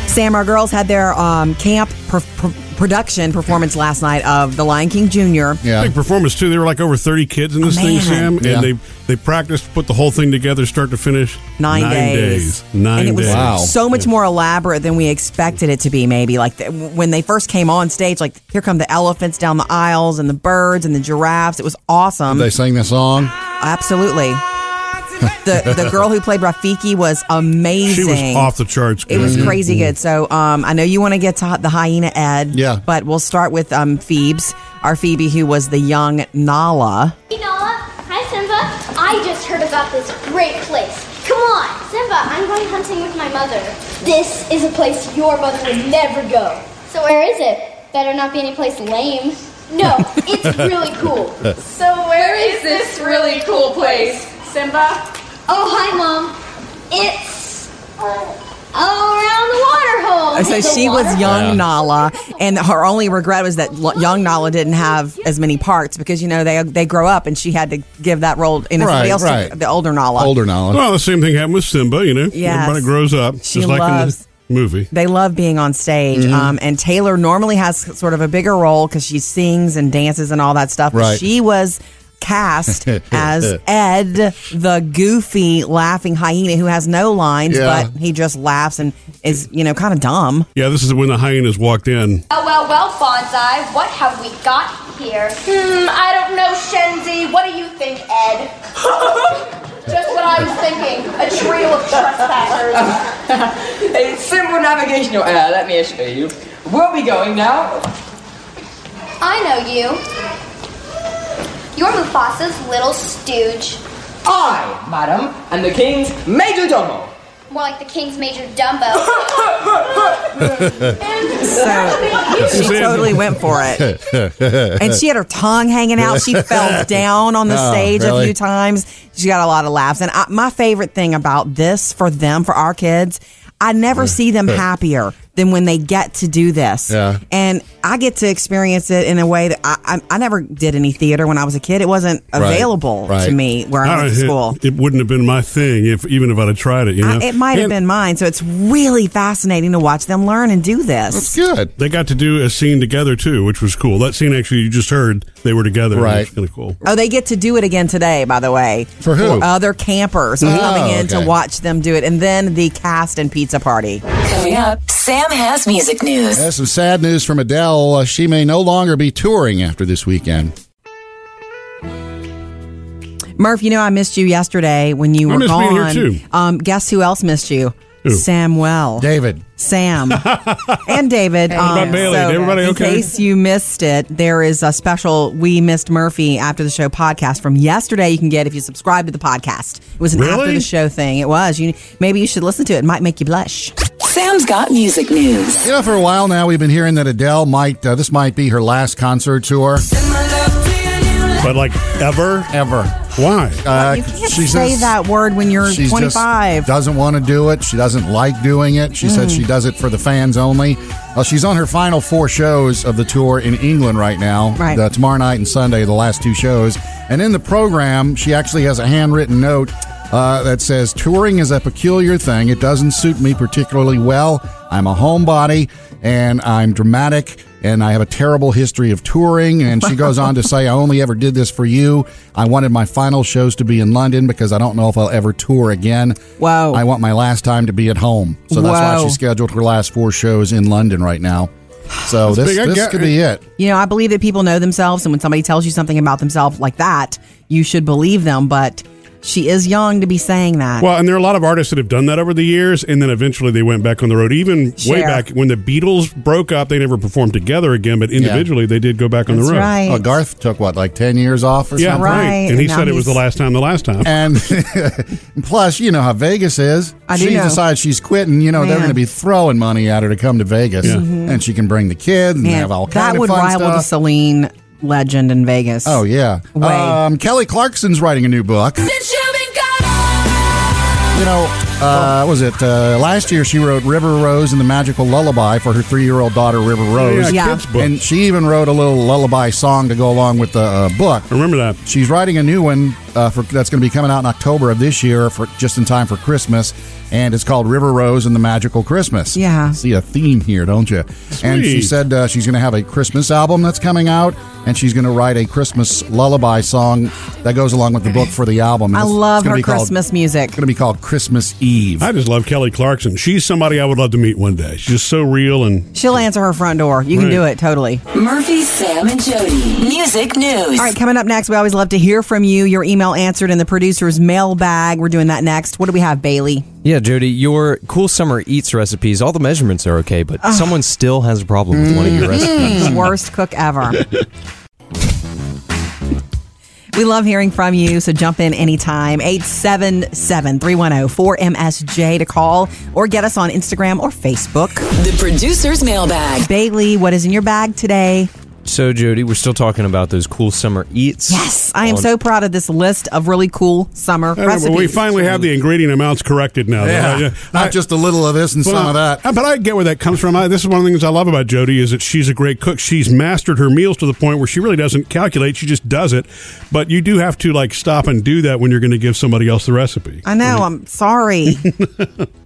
[SPEAKER 4] Sam, our girls had their um, camp per- per- production performance last night of The Lion King Jr.
[SPEAKER 3] Yeah.
[SPEAKER 2] Big performance too. There were like over thirty kids in this thing,
[SPEAKER 4] Man.
[SPEAKER 2] Sam, and
[SPEAKER 3] Yeah.
[SPEAKER 2] they they practiced, put the whole thing together, start to finish.
[SPEAKER 4] nine, days.
[SPEAKER 2] Nine
[SPEAKER 4] and it was
[SPEAKER 2] days.
[SPEAKER 3] Wow.
[SPEAKER 4] so much more elaborate than we expected it to be. Maybe like the, when they first came on stage, like here come the elephants down the aisles and the birds and the giraffes. It was awesome.
[SPEAKER 3] They sang the song.
[SPEAKER 4] Absolutely. the the girl who played Rafiki was amazing.
[SPEAKER 2] She was off the charts.
[SPEAKER 4] It was
[SPEAKER 2] good.
[SPEAKER 3] Mm-hmm.
[SPEAKER 4] crazy good. So um, I know you want to get to the hyena Ed.
[SPEAKER 3] Yeah.
[SPEAKER 4] But we'll start with um, Phoebes, our Phoebe, who was the young Nala.
[SPEAKER 14] Hey, Nala. Hi, Simba. I just heard about this great place. Come on, Simba. I'm going hunting with my mother. This is a place your mother would never go. So where is it? Better not be any place lame. No, it's really cool. So where is this really cool place, Simba? Oh, hi, mom. It's uh, around the water hole.
[SPEAKER 4] So she was young Nala, and her only regret was that lo- young Nala didn't have as many parts because you know they they grow up, and she had to give that role you know somebody
[SPEAKER 3] Right,
[SPEAKER 4] else,
[SPEAKER 3] right.
[SPEAKER 4] to the older Nala.
[SPEAKER 3] Older knowledge.
[SPEAKER 2] Well, the same thing happened with Simba. You know,
[SPEAKER 4] Yes.
[SPEAKER 2] everybody grows up,
[SPEAKER 4] She
[SPEAKER 2] just like
[SPEAKER 4] loves-
[SPEAKER 2] in the movie.
[SPEAKER 4] They love being on stage,
[SPEAKER 2] Mm-hmm.
[SPEAKER 4] um, and Taylor normally has sort of a bigger role because she sings and dances and all that stuff. but
[SPEAKER 3] Right.
[SPEAKER 4] She was cast as Ed, the goofy laughing hyena who has no lines,
[SPEAKER 2] Yeah.
[SPEAKER 4] but he just laughs and is, you know, kind of dumb.
[SPEAKER 2] Yeah, this is when the hyenas walked in.
[SPEAKER 14] Well, Oh, well, well, Bonsai, what have we got here? Hmm, I don't know, Shenzi. What do you think, Ed? Just what I was thinking. A trio of trespassers.
[SPEAKER 15] a simple navigational error, let me assure you. Where are we going now?
[SPEAKER 14] I know you. You're Mufasa's little stooge.
[SPEAKER 15] I, madam, am the king's major domo.
[SPEAKER 14] More like the king's major Dumbo.
[SPEAKER 4] So she totally went for it.
[SPEAKER 3] it.
[SPEAKER 4] And she had her tongue hanging out. She fell down on the
[SPEAKER 3] Oh,
[SPEAKER 4] stage a
[SPEAKER 3] really?
[SPEAKER 4] few times. She got a lot of laughs. And I, my favorite thing about this for them, for our kids, I never see them happier than when they get to do this.
[SPEAKER 3] Yeah.
[SPEAKER 4] And I get to experience it in a way that I, I, I never did any theater when I was a kid. It wasn't
[SPEAKER 2] Right,
[SPEAKER 4] available
[SPEAKER 2] right.
[SPEAKER 4] to me where I
[SPEAKER 2] I-
[SPEAKER 4] went to
[SPEAKER 2] it-
[SPEAKER 4] school.
[SPEAKER 2] Uh, It, wouldn't have been my thing if even if I'd have tried it. You know,
[SPEAKER 4] I, it might have
[SPEAKER 2] And
[SPEAKER 4] been mine. So it's really fascinating to watch them learn and do this.
[SPEAKER 3] good.
[SPEAKER 2] They got to do a scene together too, which was cool. That scene actually you just heard they were together.
[SPEAKER 3] Right.
[SPEAKER 2] It's kind of cool.
[SPEAKER 4] Oh, they get to do it again today, by the way.
[SPEAKER 2] For who?
[SPEAKER 4] other campers are
[SPEAKER 2] Oh,
[SPEAKER 4] coming in
[SPEAKER 2] okay.
[SPEAKER 4] to watch them do it. And then the cast and pizza party.
[SPEAKER 5] Coming up, Sam has music news.
[SPEAKER 3] There's some sad news from Adele. Uh, she may no longer be touring after this weekend.
[SPEAKER 4] Murph, you know I missed you yesterday when you
[SPEAKER 3] I
[SPEAKER 4] were
[SPEAKER 3] missed being
[SPEAKER 4] gone.
[SPEAKER 3] here, too.
[SPEAKER 4] Um, guess who else missed you?
[SPEAKER 3] Who?
[SPEAKER 4] Samuel.
[SPEAKER 3] David.
[SPEAKER 4] Sam and David.
[SPEAKER 2] Hey.
[SPEAKER 4] Um,
[SPEAKER 2] What about Bailey?
[SPEAKER 4] so
[SPEAKER 2] Everybody
[SPEAKER 4] in
[SPEAKER 2] okay?
[SPEAKER 4] case you missed it, there is a special "We Missed Murphy" after the show podcast from yesterday. You can get if you subscribe to the podcast. It was an
[SPEAKER 5] Really?
[SPEAKER 4] after the show thing. It was. You maybe you should listen to it. It might make you blush.
[SPEAKER 5] Sam's got music news.
[SPEAKER 3] You know, for a while now, we've been hearing that Adele might, uh, this might be her last concert tour.
[SPEAKER 2] But like ever?
[SPEAKER 3] Ever.
[SPEAKER 2] Why?
[SPEAKER 3] Uh,
[SPEAKER 4] You can't
[SPEAKER 3] she
[SPEAKER 4] say
[SPEAKER 3] says
[SPEAKER 4] that word when you're
[SPEAKER 3] she
[SPEAKER 4] 25.
[SPEAKER 3] just doesn't want to do it. She doesn't like doing it. She said
[SPEAKER 4] Mm.
[SPEAKER 3] she does it for the fans only. Well, she's on her final four shows of the tour in England right now.
[SPEAKER 4] Right.
[SPEAKER 3] The, tomorrow night and Sunday, the last two shows. And in the program, she actually has a handwritten note uh, that says, Touring is a peculiar thing. It doesn't suit me particularly well. I'm a homebody and I'm dramatic. And I have a terrible history of touring. And she goes on to say, I only ever did this for you. I wanted my final shows to be in London because I don't know if I'll ever tour again.
[SPEAKER 4] Wow.
[SPEAKER 3] I want my last time to be at home. So that's why
[SPEAKER 4] Wow.
[SPEAKER 3] she scheduled her last four shows in London right now. So
[SPEAKER 4] That's
[SPEAKER 3] Oh, this,
[SPEAKER 4] big. I
[SPEAKER 3] this
[SPEAKER 4] get
[SPEAKER 3] could
[SPEAKER 4] it.
[SPEAKER 3] be it.
[SPEAKER 4] You know, I believe that people know themselves, and when somebody tells you something about themselves like that, you should believe them. But she is young to be saying that.
[SPEAKER 2] Well, and there are a lot of artists that have done that over the years, and then eventually they went back on the road. Even way
[SPEAKER 4] Cher.
[SPEAKER 2] back when the Beatles broke up, they never performed together again, but individually they did go back on the
[SPEAKER 3] That's
[SPEAKER 2] road.
[SPEAKER 4] right.
[SPEAKER 3] Oh, Garth took what, like 10 years off or
[SPEAKER 2] yeah,
[SPEAKER 3] something?
[SPEAKER 2] right. And he said it was the last time, the last time.
[SPEAKER 3] And plus, you know how Vegas is.
[SPEAKER 2] I do
[SPEAKER 3] she
[SPEAKER 2] know.
[SPEAKER 3] decides she's quitting. You know they're
[SPEAKER 4] Man.
[SPEAKER 3] going to be throwing money at her to come to Vegas,
[SPEAKER 4] Yeah. Mhm.
[SPEAKER 3] and she can bring the kids and
[SPEAKER 4] Man,
[SPEAKER 3] have all
[SPEAKER 4] that
[SPEAKER 3] kinds of
[SPEAKER 4] would
[SPEAKER 3] fun
[SPEAKER 4] rival the
[SPEAKER 3] stuff.
[SPEAKER 4] Celine legend in Vegas.
[SPEAKER 3] oh yeah.
[SPEAKER 4] Way.
[SPEAKER 3] Um, Kelly Clarkson's writing a new book. You know, uh, what was it uh, last year? She wrote "River Rose and the Magical Lullaby" for her three-year-old daughter River Rose.
[SPEAKER 2] yeah, kids' book.
[SPEAKER 3] and she even wrote a little lullaby song to go along with the uh, book.
[SPEAKER 2] Remember that?
[SPEAKER 3] She's writing a new one uh, for that's going to be coming out in October of this year, for just in time for Christmas, and it's called "River Rose and the Magical Christmas."
[SPEAKER 4] Yeah.
[SPEAKER 3] see a theme here, don't you? And she
[SPEAKER 2] Sweet.
[SPEAKER 3] said uh, she's going to have a Christmas album that's coming out, and she's going to write a Christmas lullaby song that goes along with the book for the album.
[SPEAKER 4] I
[SPEAKER 3] It's- it's
[SPEAKER 4] love
[SPEAKER 3] gonna
[SPEAKER 4] her
[SPEAKER 3] be called-
[SPEAKER 4] Christmas music.
[SPEAKER 3] It's going to be called Christmas Eve.
[SPEAKER 2] I just love Kelly Clarkson. She's somebody I would love to meet one day. She's just so real and
[SPEAKER 4] She'll answer her front door. You can
[SPEAKER 2] Right.
[SPEAKER 4] do it totally.
[SPEAKER 5] Murphy, Sam, and Jody. Music news.
[SPEAKER 4] All right, coming up next, we always love to hear from you. Your email answered in the producer's mailbag. We're doing that next. What do we have, Bailey?
[SPEAKER 16] Yeah, Jody, your cool summer eats recipes, all the measurements are okay, but someone still has a problem with one of your recipes.
[SPEAKER 4] Mm, worst cook ever. We love hearing from you, so jump in anytime. 877 310 4MSJ to call or get us on Instagram or Facebook.
[SPEAKER 5] The producer's mailbag.
[SPEAKER 4] Bailey, what is in your bag today?
[SPEAKER 16] so, Jody, we're still talking about those cool summer eats. Yes,
[SPEAKER 4] I am so proud of this list of really cool summer
[SPEAKER 2] I don't know,
[SPEAKER 4] recipes.
[SPEAKER 2] but we finally have the ingredient amounts corrected now. though.
[SPEAKER 3] Yeah. Not just a little of this and some of
[SPEAKER 2] that. But I get where that comes from. I, this is one of the things I love about Jody is that she's a great cook. She's mastered her meals to the point where she really doesn't calculate; she just does it. But you do have to like stop and do that when you're going to give somebody else the recipe.
[SPEAKER 4] I know. I'm sorry.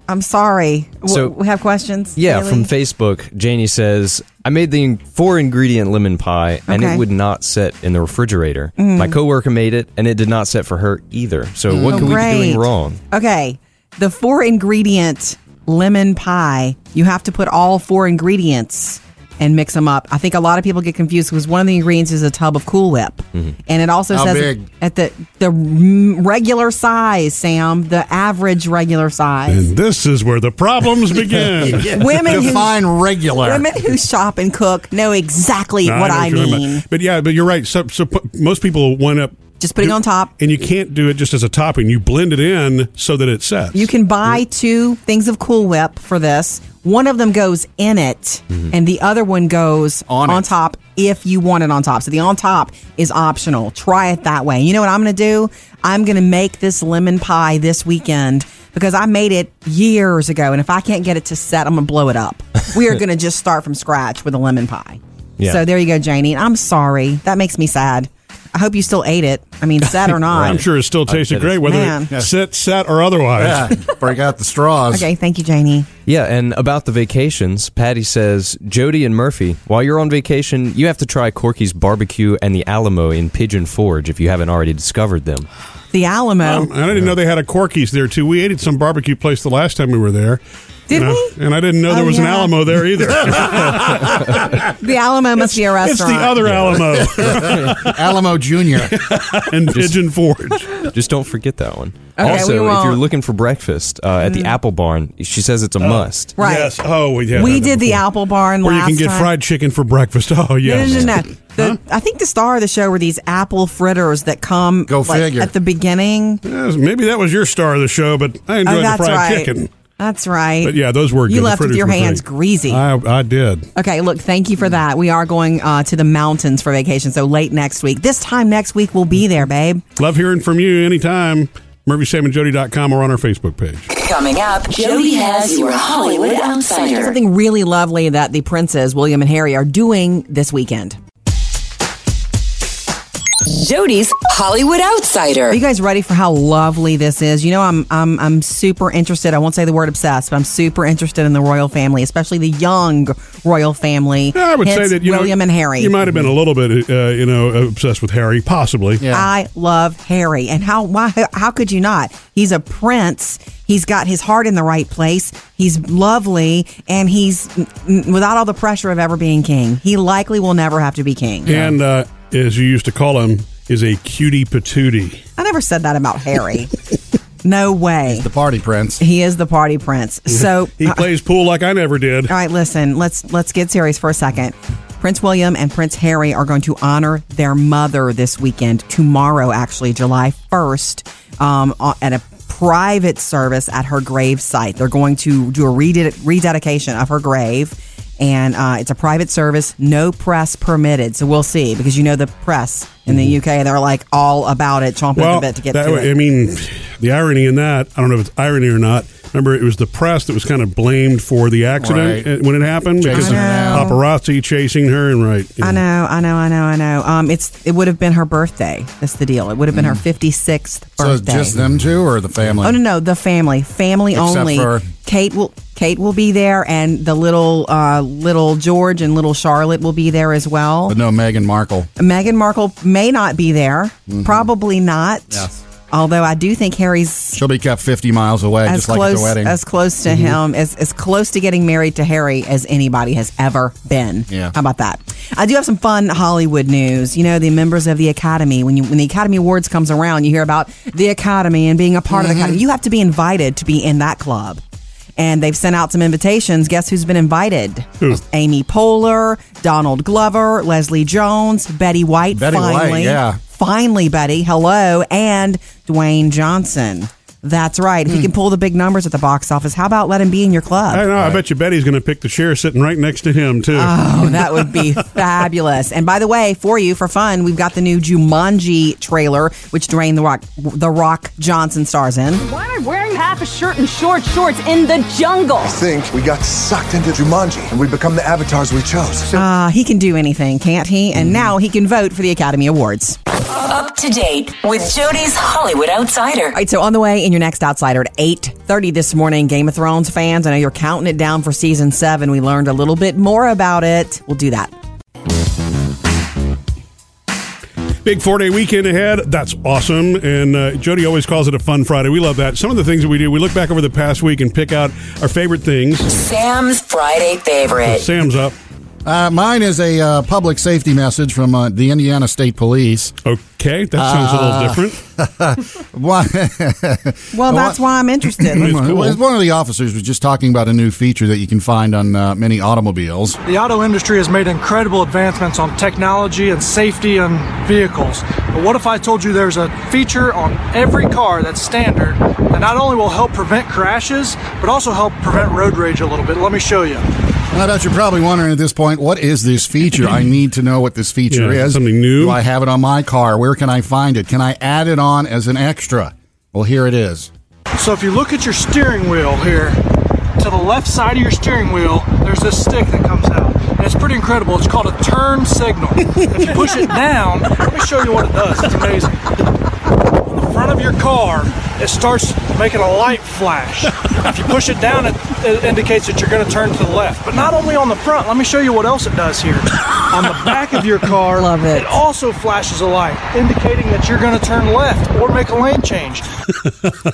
[SPEAKER 4] I'm sorry. W-
[SPEAKER 16] So-
[SPEAKER 4] we have questions.
[SPEAKER 16] Yeah,
[SPEAKER 4] Bailey?
[SPEAKER 16] from Facebook, Janie says, I made the four ingredient lemon pie, and
[SPEAKER 4] Okay.
[SPEAKER 16] it would not set in the refrigerator.
[SPEAKER 4] Mm.
[SPEAKER 16] My coworker made it, and it did not set for her either. So what
[SPEAKER 4] Oh,
[SPEAKER 16] could we be
[SPEAKER 4] great.
[SPEAKER 16] doing wrong?
[SPEAKER 4] Okay. The four ingredient lemon pie, you have to put all four ingredients and mix them up. I think a lot of people get confused because one of the ingredients is a tub of Cool Whip. And it also
[SPEAKER 3] How
[SPEAKER 4] says
[SPEAKER 3] big?
[SPEAKER 4] at the the mm, regular size, Sam, the average regular size.
[SPEAKER 2] And this is where the problems begin.
[SPEAKER 4] Women who-
[SPEAKER 3] define regular.
[SPEAKER 4] Women who shop and cook know exactly
[SPEAKER 2] No,
[SPEAKER 4] what
[SPEAKER 2] know
[SPEAKER 4] I,
[SPEAKER 2] you're talking
[SPEAKER 4] mean.
[SPEAKER 2] about. But yeah, but you're right. So, so pu- most people wind up
[SPEAKER 4] Just putting
[SPEAKER 2] do-
[SPEAKER 4] it on top.
[SPEAKER 2] and you can't do it just as a topping. You blend it in so that it sets.
[SPEAKER 4] You can buy two things of Cool Whip for this. One of them goes in it,
[SPEAKER 2] Mhm.
[SPEAKER 4] and the other one goes on, top if you want it on top. So the on top is optional. Try it that way. You know what I'm going to do? I'm going to make this lemon pie this weekend because I made it years ago. And if I can't get it to set, I'm going to blow it up. We are going to just start from scratch with a lemon pie.
[SPEAKER 16] Yeah.
[SPEAKER 4] So there you go, Janie. I'm sorry. That makes me sad. I hope you still ate it. I mean, set or not.
[SPEAKER 2] I'm sure it still
[SPEAKER 16] I
[SPEAKER 2] tasted
[SPEAKER 16] bet it-
[SPEAKER 2] great, whether
[SPEAKER 4] Man.
[SPEAKER 2] it sit, set, or otherwise.
[SPEAKER 3] Break out the
[SPEAKER 16] uh,
[SPEAKER 3] straws.
[SPEAKER 4] Okay, thank you, Janie.
[SPEAKER 16] Yeah, and about the vacations, Patty says Jody and Murphy, while you're on vacation, you have to try Corky's barbecue and the Alamo in Pigeon Forge if you haven't already discovered them.
[SPEAKER 4] The Alamo.
[SPEAKER 2] Um, I didn't know they had a Corky's there too. We ate at some barbecue place the last time we were there.
[SPEAKER 4] Did
[SPEAKER 2] and I, and I didn't know there
[SPEAKER 4] Oh,
[SPEAKER 2] was an
[SPEAKER 4] yeah.
[SPEAKER 2] Alamo there either.
[SPEAKER 4] The Alamo must be a
[SPEAKER 2] it's the
[SPEAKER 4] restaurant.
[SPEAKER 2] other Alamo
[SPEAKER 3] Alamo Junior.
[SPEAKER 2] and Pigeon Forge.
[SPEAKER 16] Just don't forget that one.
[SPEAKER 4] Okay, we
[SPEAKER 16] also, if you're
[SPEAKER 4] won't.
[SPEAKER 16] looking for breakfast uh, at the
[SPEAKER 4] Mm.
[SPEAKER 16] Apple Barn, she says it's a must.
[SPEAKER 4] Right.
[SPEAKER 2] Yes. Oh, we had
[SPEAKER 4] we
[SPEAKER 2] that
[SPEAKER 4] did the
[SPEAKER 2] before.
[SPEAKER 4] Apple Barn
[SPEAKER 2] Where you
[SPEAKER 4] last
[SPEAKER 2] can get
[SPEAKER 4] time.
[SPEAKER 2] fried chicken for breakfast. Oh,
[SPEAKER 4] No,
[SPEAKER 2] yes.
[SPEAKER 4] no, no, no. The, I think the star of the show were these apple fritters that come
[SPEAKER 2] Go
[SPEAKER 4] like,
[SPEAKER 2] figure.
[SPEAKER 4] at the beginning.
[SPEAKER 2] Yes, maybe that was your star of the show, but I enjoyed
[SPEAKER 4] oh,
[SPEAKER 2] the
[SPEAKER 4] that's
[SPEAKER 2] fried
[SPEAKER 4] right.
[SPEAKER 2] chicken.
[SPEAKER 4] That's right.
[SPEAKER 2] But yeah, those were good.
[SPEAKER 4] You
[SPEAKER 2] The
[SPEAKER 4] left with
[SPEAKER 2] fritters
[SPEAKER 4] your
[SPEAKER 2] were
[SPEAKER 4] hands
[SPEAKER 2] great. Uh,
[SPEAKER 4] greasy.
[SPEAKER 2] I, I did.
[SPEAKER 4] Okay, look, thank you for that. We are going uh, to the mountains for vacation, so late next week. This time next week, we'll be there, babe.
[SPEAKER 2] Love hearing from you anytime. MurphySamandJody.com or on our Facebook page.
[SPEAKER 5] Coming up, Jody has your Hollywood Outsider.
[SPEAKER 4] Something really lovely that the princes, William and Harry, are doing this weekend.
[SPEAKER 5] Jody's Hollywood Outsider.
[SPEAKER 4] Are you guys ready for how lovely this is? You know, I'm I'm I'm super interested. I won't say the word obsessed, but I'm super interested in the royal family, especially the young royal family.
[SPEAKER 2] I would say
[SPEAKER 4] Hence,
[SPEAKER 2] that you know,
[SPEAKER 4] William and Harry.
[SPEAKER 2] You might have been a little bit, uh, you know, obsessed with Harry, possibly.
[SPEAKER 4] I love Harry, and how why how could you not? He's a prince. He's got his heart in the right place. He's lovely, and he's mm, without all the pressure of ever being king. He likely will never have to be king.
[SPEAKER 2] and uh, as you used to call him, is a cutie patootie.
[SPEAKER 4] I never said that about Harry. no way. He's the
[SPEAKER 3] party prince.
[SPEAKER 4] He is the party prince. So uh,
[SPEAKER 2] he plays pool like I never did.
[SPEAKER 4] All right, listen. Let's let's get serious for a second. Prince William and Prince Harry are going to honor their mother this weekend. Tomorrow, actually, July first, um, o- at a private service at her grave site. They're going to do a rede- rededication of her grave, and uh, it's a private service, no press permitted. So we'll see, because you know the press in
[SPEAKER 2] Mm-hmm.
[SPEAKER 4] the UK, they're like all about it, chomping at the bit to get
[SPEAKER 2] that-
[SPEAKER 4] to it.
[SPEAKER 2] I mean, the irony in that, I don't know if it's irony or not. Remember, it was the press that was kind of blamed for the accident
[SPEAKER 3] Right.
[SPEAKER 2] uh, when it happened
[SPEAKER 3] Chasing
[SPEAKER 2] because
[SPEAKER 4] her
[SPEAKER 2] of
[SPEAKER 4] down.
[SPEAKER 2] paparazzi chasing her and right.
[SPEAKER 4] I know, I know, I know, I know. Um, it's it would have been her birthday. That's the deal. It would have been her fifty sixth
[SPEAKER 3] So it's
[SPEAKER 4] birthday.
[SPEAKER 3] just them two or the family?
[SPEAKER 4] Oh no, no, the family, family
[SPEAKER 3] Except
[SPEAKER 4] only.
[SPEAKER 3] for-
[SPEAKER 4] Kate will Kate will be there, and the little uh, little George and little Charlotte will be there as well.
[SPEAKER 3] But no, Meghan Markle. Mm-hmm.
[SPEAKER 4] Meghan Markle may not be there, probably not.
[SPEAKER 3] Yes.
[SPEAKER 4] Although I do think Harry's
[SPEAKER 3] She'll be kept 50 miles away,
[SPEAKER 4] as
[SPEAKER 3] just like at
[SPEAKER 4] close
[SPEAKER 3] the wedding. Mm-hmm.
[SPEAKER 4] as close to him as as close to getting married to Harry as anybody has ever been.
[SPEAKER 3] Yeah.
[SPEAKER 4] How about that? I do have some fun Hollywood news. You know, the members of the Academy when you when the Academy Awards comes around, you hear about the Academy and being a part of the
[SPEAKER 3] Mm-hmm.
[SPEAKER 4] Academy. You have to be invited to be in that club. And they've sent out some invitations. Guess who's been invited? Amy Poehler, Donald Glover, Leslie Jones, Betty White.
[SPEAKER 3] Betty White,
[SPEAKER 4] finally,
[SPEAKER 3] yeah.
[SPEAKER 4] finally, Betty. Hello, and Dwayne Johnson. That's right. If you can pull the big numbers at the box office, how about let him be in your club?
[SPEAKER 2] Hmm. I know. I bet you Betty's going to pick the chair sitting right next to him too.
[SPEAKER 4] Oh, that would be fabulous. And by the way, for you, for fun, we've got the new Jumanji trailer, which Dwayne the Rock, the Rock Johnson stars in.
[SPEAKER 17] Why am I wearing half a shirt and short shorts in the jungle?
[SPEAKER 18] I think we got sucked into Jumanji and we become the avatars we chose.
[SPEAKER 2] Hmm.
[SPEAKER 4] Uh, he can do anything, can't he? And now he can vote for the Academy Awards.
[SPEAKER 5] Up to date with Jody's Hollywood Outsider.
[SPEAKER 4] All right, so on the way in your next outsider at 8:30 this morning, Game of Thrones fans, I know you're counting it down for season 7. We learned a little bit more about it. We'll do that.
[SPEAKER 2] Big four day weekend ahead. That's awesome. And uh, Jody always calls it a fun Friday. We love that. Some of the things that we do, we look back over the past week and pick out our favorite things.
[SPEAKER 5] Sam's Friday favorite.
[SPEAKER 2] Sam's up.
[SPEAKER 3] Uh, mine is a uh, public safety message from uh, the Indiana State Police. Uh,
[SPEAKER 2] Okay, that sounds
[SPEAKER 3] a little different.
[SPEAKER 4] Well, that's why I'm interested.
[SPEAKER 3] One of the officers was just talking about a new feature that you can find on uh, many automobiles.
[SPEAKER 19] The auto industry has made incredible advancements on technology and safety on vehicles. But what if I told you there's a feature on every car that's standard that not only will help prevent crashes, but also help prevent road rage a little bit? Let me show you.
[SPEAKER 3] And I bet you're probably wondering at this point, what is this feature? I need to know what this feature
[SPEAKER 2] Yeah,
[SPEAKER 3] is.
[SPEAKER 2] something new.
[SPEAKER 3] Do I have it on my car? Where can I find it? Can I add it on as an extra? Well, here it is.
[SPEAKER 19] So if you look at your steering wheel here, to the left side of your steering wheel, there's this stick that comes out. And it's pretty incredible. It's called a turn signal. if you push it down, let me show you what it does. It's amazing. On the front of your car, it starts making a light flash. if you push it down, it, it indicates that you're going to turn to the left. But not only on the front, let me show you what else it does here. On the back of your car, Love it. it also flashes a light, indicating that you're going to turn left or make a lane change.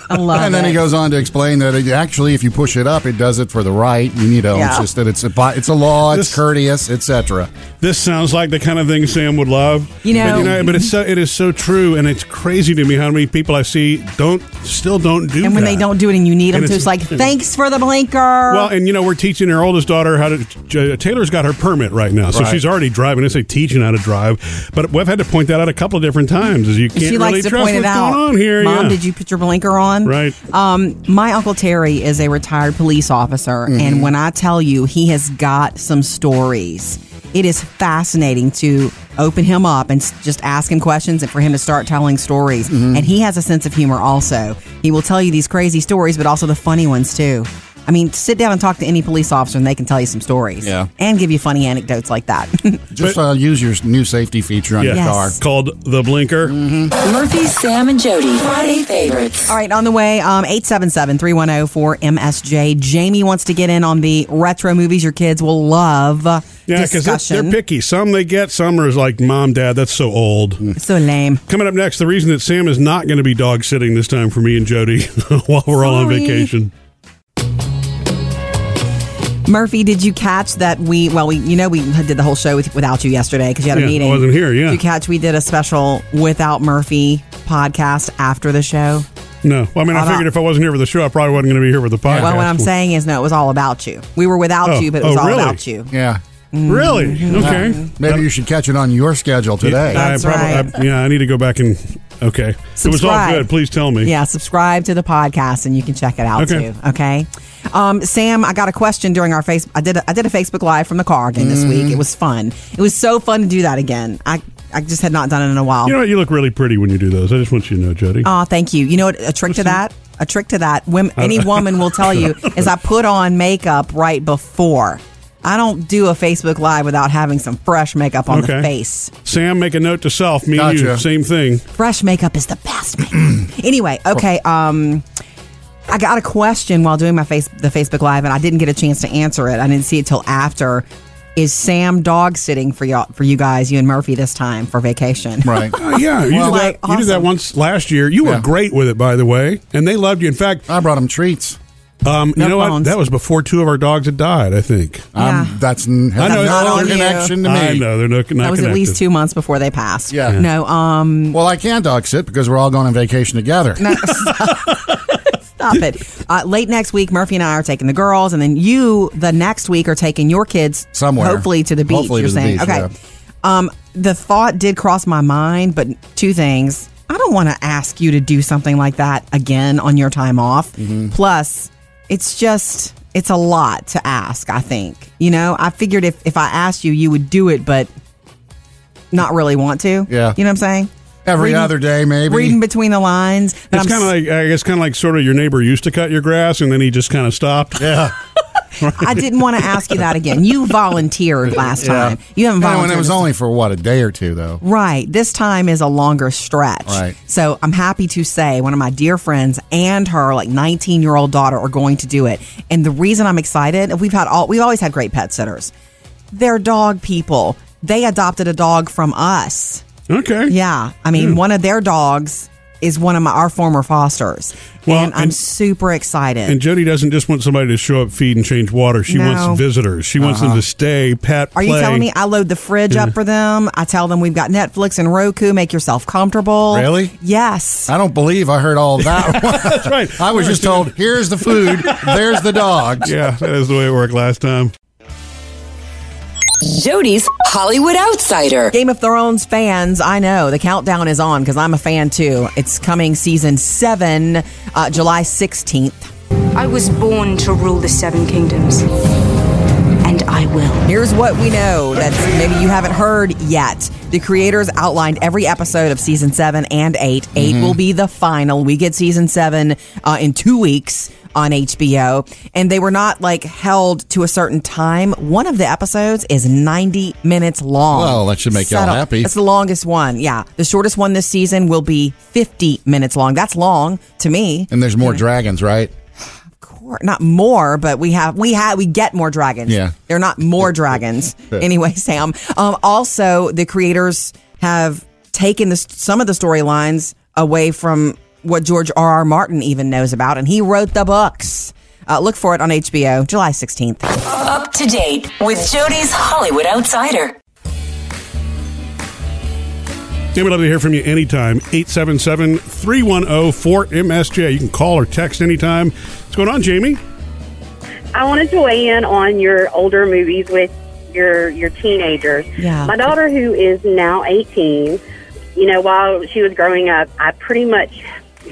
[SPEAKER 4] I love
[SPEAKER 3] and then he goes on to explain that it, actually, if you push it up, it does it for the right. You need to. It's
[SPEAKER 2] Yeah.
[SPEAKER 3] just that it's a bi- it's a law. It's courteous, etc.
[SPEAKER 2] This sounds like the kind of thing Sam would love.
[SPEAKER 4] You know-
[SPEAKER 2] but, you know, but it's so it is so true, and it's crazy to me how many people I see don't still don't do.
[SPEAKER 4] And when they
[SPEAKER 2] that.
[SPEAKER 4] don't do it and you need them
[SPEAKER 2] And
[SPEAKER 4] to,
[SPEAKER 2] it's-
[SPEAKER 4] it's like, thanks for the blinker.
[SPEAKER 2] Well, and you know we're teaching our oldest daughter how to. J- Taylor's got her permit right now, so
[SPEAKER 4] Right.
[SPEAKER 2] she's already driving. I say teaching how to drive, but we've had to point that out a couple of different times. Is you can't
[SPEAKER 4] she
[SPEAKER 2] really
[SPEAKER 4] likes to
[SPEAKER 2] trust
[SPEAKER 4] point it
[SPEAKER 2] what's
[SPEAKER 4] out.
[SPEAKER 2] going on here.
[SPEAKER 4] Mom,
[SPEAKER 2] yeah.
[SPEAKER 4] did you put your blinker on?
[SPEAKER 2] Right.
[SPEAKER 4] Um, my uncle Terry is a retired police officer, and when I tell you, he has got some stories. It is fascinating to open him up and s- just ask him questions, and for him to start telling stories. And he has a sense of humor. Also, he will tell you these crazy stories, but also the funny ones too. I mean, sit down and talk to any police officer, and they can tell you some stories.
[SPEAKER 3] Yeah.
[SPEAKER 4] and give you funny anecdotes like that.
[SPEAKER 3] Just uh, use your new safety feature on
[SPEAKER 4] Yeah.
[SPEAKER 3] your
[SPEAKER 4] Yes.
[SPEAKER 3] car Mm-hmm.
[SPEAKER 2] called the blinker.
[SPEAKER 5] Murphy, Sam, and Jody. Friday favorites.
[SPEAKER 4] All right, on the way, um, 877-310-4MSJ. Jamie wants to get in on the retro movies your kids will love
[SPEAKER 2] Yeah, because they're, they're
[SPEAKER 4] discussion.
[SPEAKER 2] picky. Some they get, some are like, Mom, Dad, that's so old.
[SPEAKER 4] Mm. So lame.
[SPEAKER 2] Coming up next, the reason that Sam is not going to be dog sitting this time for me and Jody while we're all on
[SPEAKER 4] Sorry.
[SPEAKER 2] vacation.
[SPEAKER 4] Murphy, did you catch that we, well, we, you know, we did the whole show with, without you yesterday because you had
[SPEAKER 2] Yeah,
[SPEAKER 4] a
[SPEAKER 2] I
[SPEAKER 4] meeting.
[SPEAKER 2] wasn't here, yeah.
[SPEAKER 4] Did you catch we did a special Without Murphy podcast after the show?
[SPEAKER 2] No. Well, I mean, I
[SPEAKER 4] Hold
[SPEAKER 2] figured if I wasn't here for the show, I probably wasn't going to be here for the podcast.
[SPEAKER 4] Well, what I'm saying is, no, it was all about you. We were without
[SPEAKER 2] Oh,
[SPEAKER 4] you, but it was
[SPEAKER 2] oh,
[SPEAKER 4] all
[SPEAKER 2] really?
[SPEAKER 4] about you. Mm-hmm.
[SPEAKER 3] Yeah.
[SPEAKER 2] Really? Okay.
[SPEAKER 3] Maybe you should catch it on your schedule today.
[SPEAKER 2] I probably, I, yeah, I need to go back and. Okay. It was all
[SPEAKER 4] Subscribe.
[SPEAKER 2] good. Please tell me.
[SPEAKER 4] Yeah, subscribe to the podcast and you can check it out
[SPEAKER 2] Okay.
[SPEAKER 4] too. Okay. Um, Sam, I got a question during our face. I did. A, I did a Facebook live from the car again this
[SPEAKER 2] Mm-hmm.
[SPEAKER 4] week. It was fun. It was so fun to do that again. I I just had not done it in a while.
[SPEAKER 2] You know what? You look really pretty when you do those. I just want you to know, Jody.
[SPEAKER 4] Oh, thank you. You know what? A trick to that. A trick to that. Women,
[SPEAKER 2] Uh,
[SPEAKER 4] any woman will tell you is I put on makeup right before. I don't do a Facebook live without having some fresh makeup on the face.
[SPEAKER 2] Sam, make a note to self. Me and you,
[SPEAKER 4] Gotcha.
[SPEAKER 2] same thing.
[SPEAKER 4] Fresh makeup is the best makeup. anyway, okay. Um, I got a question while doing my face the Facebook live, and I didn't get a chance to answer it. I didn't see it till after. Is Sam dog sitting for y'all for you guys, you and Murphy this time for vacation?
[SPEAKER 3] Right.
[SPEAKER 2] Oh, yeah, you, did that, you did that once last year. You were great with it, by the way, and they loved you. In fact,
[SPEAKER 3] I brought them treats.
[SPEAKER 2] Um, you
[SPEAKER 3] No
[SPEAKER 2] know what?
[SPEAKER 3] bones.
[SPEAKER 2] That was before two of our dogs had died. I think.
[SPEAKER 3] Um, that's n- has
[SPEAKER 2] I know
[SPEAKER 3] not
[SPEAKER 2] they're
[SPEAKER 3] on you. connection to me.
[SPEAKER 2] I know they're not, not
[SPEAKER 4] that was
[SPEAKER 2] connected.
[SPEAKER 4] at least two months before they passed.
[SPEAKER 3] Yeah.
[SPEAKER 4] No. Um.
[SPEAKER 3] Well, I can dog sit because we're all going on vacation together.
[SPEAKER 4] Stop it. Uh, late next week, Murphy and I are taking the girls, and then you the next week are taking your kids
[SPEAKER 3] Somewhere.
[SPEAKER 4] hopefully to the beach.
[SPEAKER 3] Hopefully
[SPEAKER 4] you're
[SPEAKER 3] to the
[SPEAKER 4] saying
[SPEAKER 3] beach,
[SPEAKER 4] okay. Um, the thought did cross my mind, but two things. I don't want to ask you to do something like that again on your time off.
[SPEAKER 3] Mm-hmm.
[SPEAKER 4] Plus, it's just it's a lot to ask. I think you know. I figured if if I asked you, you would do it, but not really want to.
[SPEAKER 3] Yeah.
[SPEAKER 4] you know what I'm saying.
[SPEAKER 3] Every
[SPEAKER 4] Reading-
[SPEAKER 3] other day, maybe.
[SPEAKER 4] Reading between the lines. but
[SPEAKER 2] It's
[SPEAKER 4] I'm
[SPEAKER 2] kind of like I guess, kind of like sort of your neighbor used to cut your grass, and then he just kind of stopped.
[SPEAKER 3] Yeah.
[SPEAKER 4] I didn't want to ask you that again. You volunteered last time. You haven't
[SPEAKER 3] And
[SPEAKER 4] volunteered.
[SPEAKER 3] when it was
[SPEAKER 4] this
[SPEAKER 3] only for what a day or two though.
[SPEAKER 4] Right. This time is a longer stretch.
[SPEAKER 3] Right.
[SPEAKER 4] So I'm happy to say one of my dear friends and her like 19 year old daughter are going to do it. And the reason I'm excited, we've had all we've always had great pet sitters. They're dog people. They adopted a dog from us.
[SPEAKER 2] Okay. Hmm.
[SPEAKER 4] Yeah. I mean,
[SPEAKER 2] Yeah.
[SPEAKER 4] one of their dogs is one of my our former fosters. and I'm super excited.
[SPEAKER 2] And Jody doesn't just want somebody to show up, feed, and change water. She
[SPEAKER 4] No.
[SPEAKER 2] wants visitors. She wants them
[SPEAKER 4] Uh-huh.
[SPEAKER 2] to stay, pat,
[SPEAKER 4] Are
[SPEAKER 2] play.
[SPEAKER 4] you telling me I load the fridge
[SPEAKER 2] Yeah.
[SPEAKER 4] up for them? I tell them we've got Netflix and Roku. Make yourself comfortable.
[SPEAKER 3] Really?
[SPEAKER 4] Yes.
[SPEAKER 3] I don't believe I heard all that. That's
[SPEAKER 2] right.
[SPEAKER 3] I was just told, here's the food, there's the dogs.
[SPEAKER 2] Yeah, that is the way it worked last time.
[SPEAKER 4] Jody's Hollywood Outsider. Game of Thrones fans, I know the countdown is on because I'm a fan too. It's coming season seven, uh, July 16th.
[SPEAKER 10] I was born to rule the Seven Kingdoms. And I will.
[SPEAKER 4] Here's what we know that maybe you haven't heard yet. The creators outlined every episode of season seven and eight. 8
[SPEAKER 3] Mm-hmm.
[SPEAKER 17] Mhm.
[SPEAKER 4] will be the final. We get season seven uh, in two weeks on HBO, and they were not like held to a certain time. One of the episodes is 90 minutes long.
[SPEAKER 3] Well, that should make y'all
[SPEAKER 4] Settle.
[SPEAKER 3] happy.
[SPEAKER 4] That's the longest one. Yeah, the shortest one this season will be 50 minutes long. That's long to me.
[SPEAKER 3] And there's more dragons, right?
[SPEAKER 4] Or Not more, but we have we have we get more dragons.
[SPEAKER 3] Yeah.
[SPEAKER 4] they're not more dragons anyway. Sam. Um, also, the creators have taken this, some of the storylines away from what George R. R. Martin even knows about, and he wrote the books. Uh, look for it on HBO, July sixteenth.
[SPEAKER 5] Up to date with Jody's Hollywood Outsider.
[SPEAKER 2] Yeah, we'd love to hear from you anytime. 877 310 4MSJ. You can call or text anytime. What's going on, Jamie?
[SPEAKER 20] I wanted to weigh in on your older movies with your your teenagers.
[SPEAKER 4] Yeah.
[SPEAKER 20] My daughter, who is now eighteen, you know, while she was growing up, I pretty much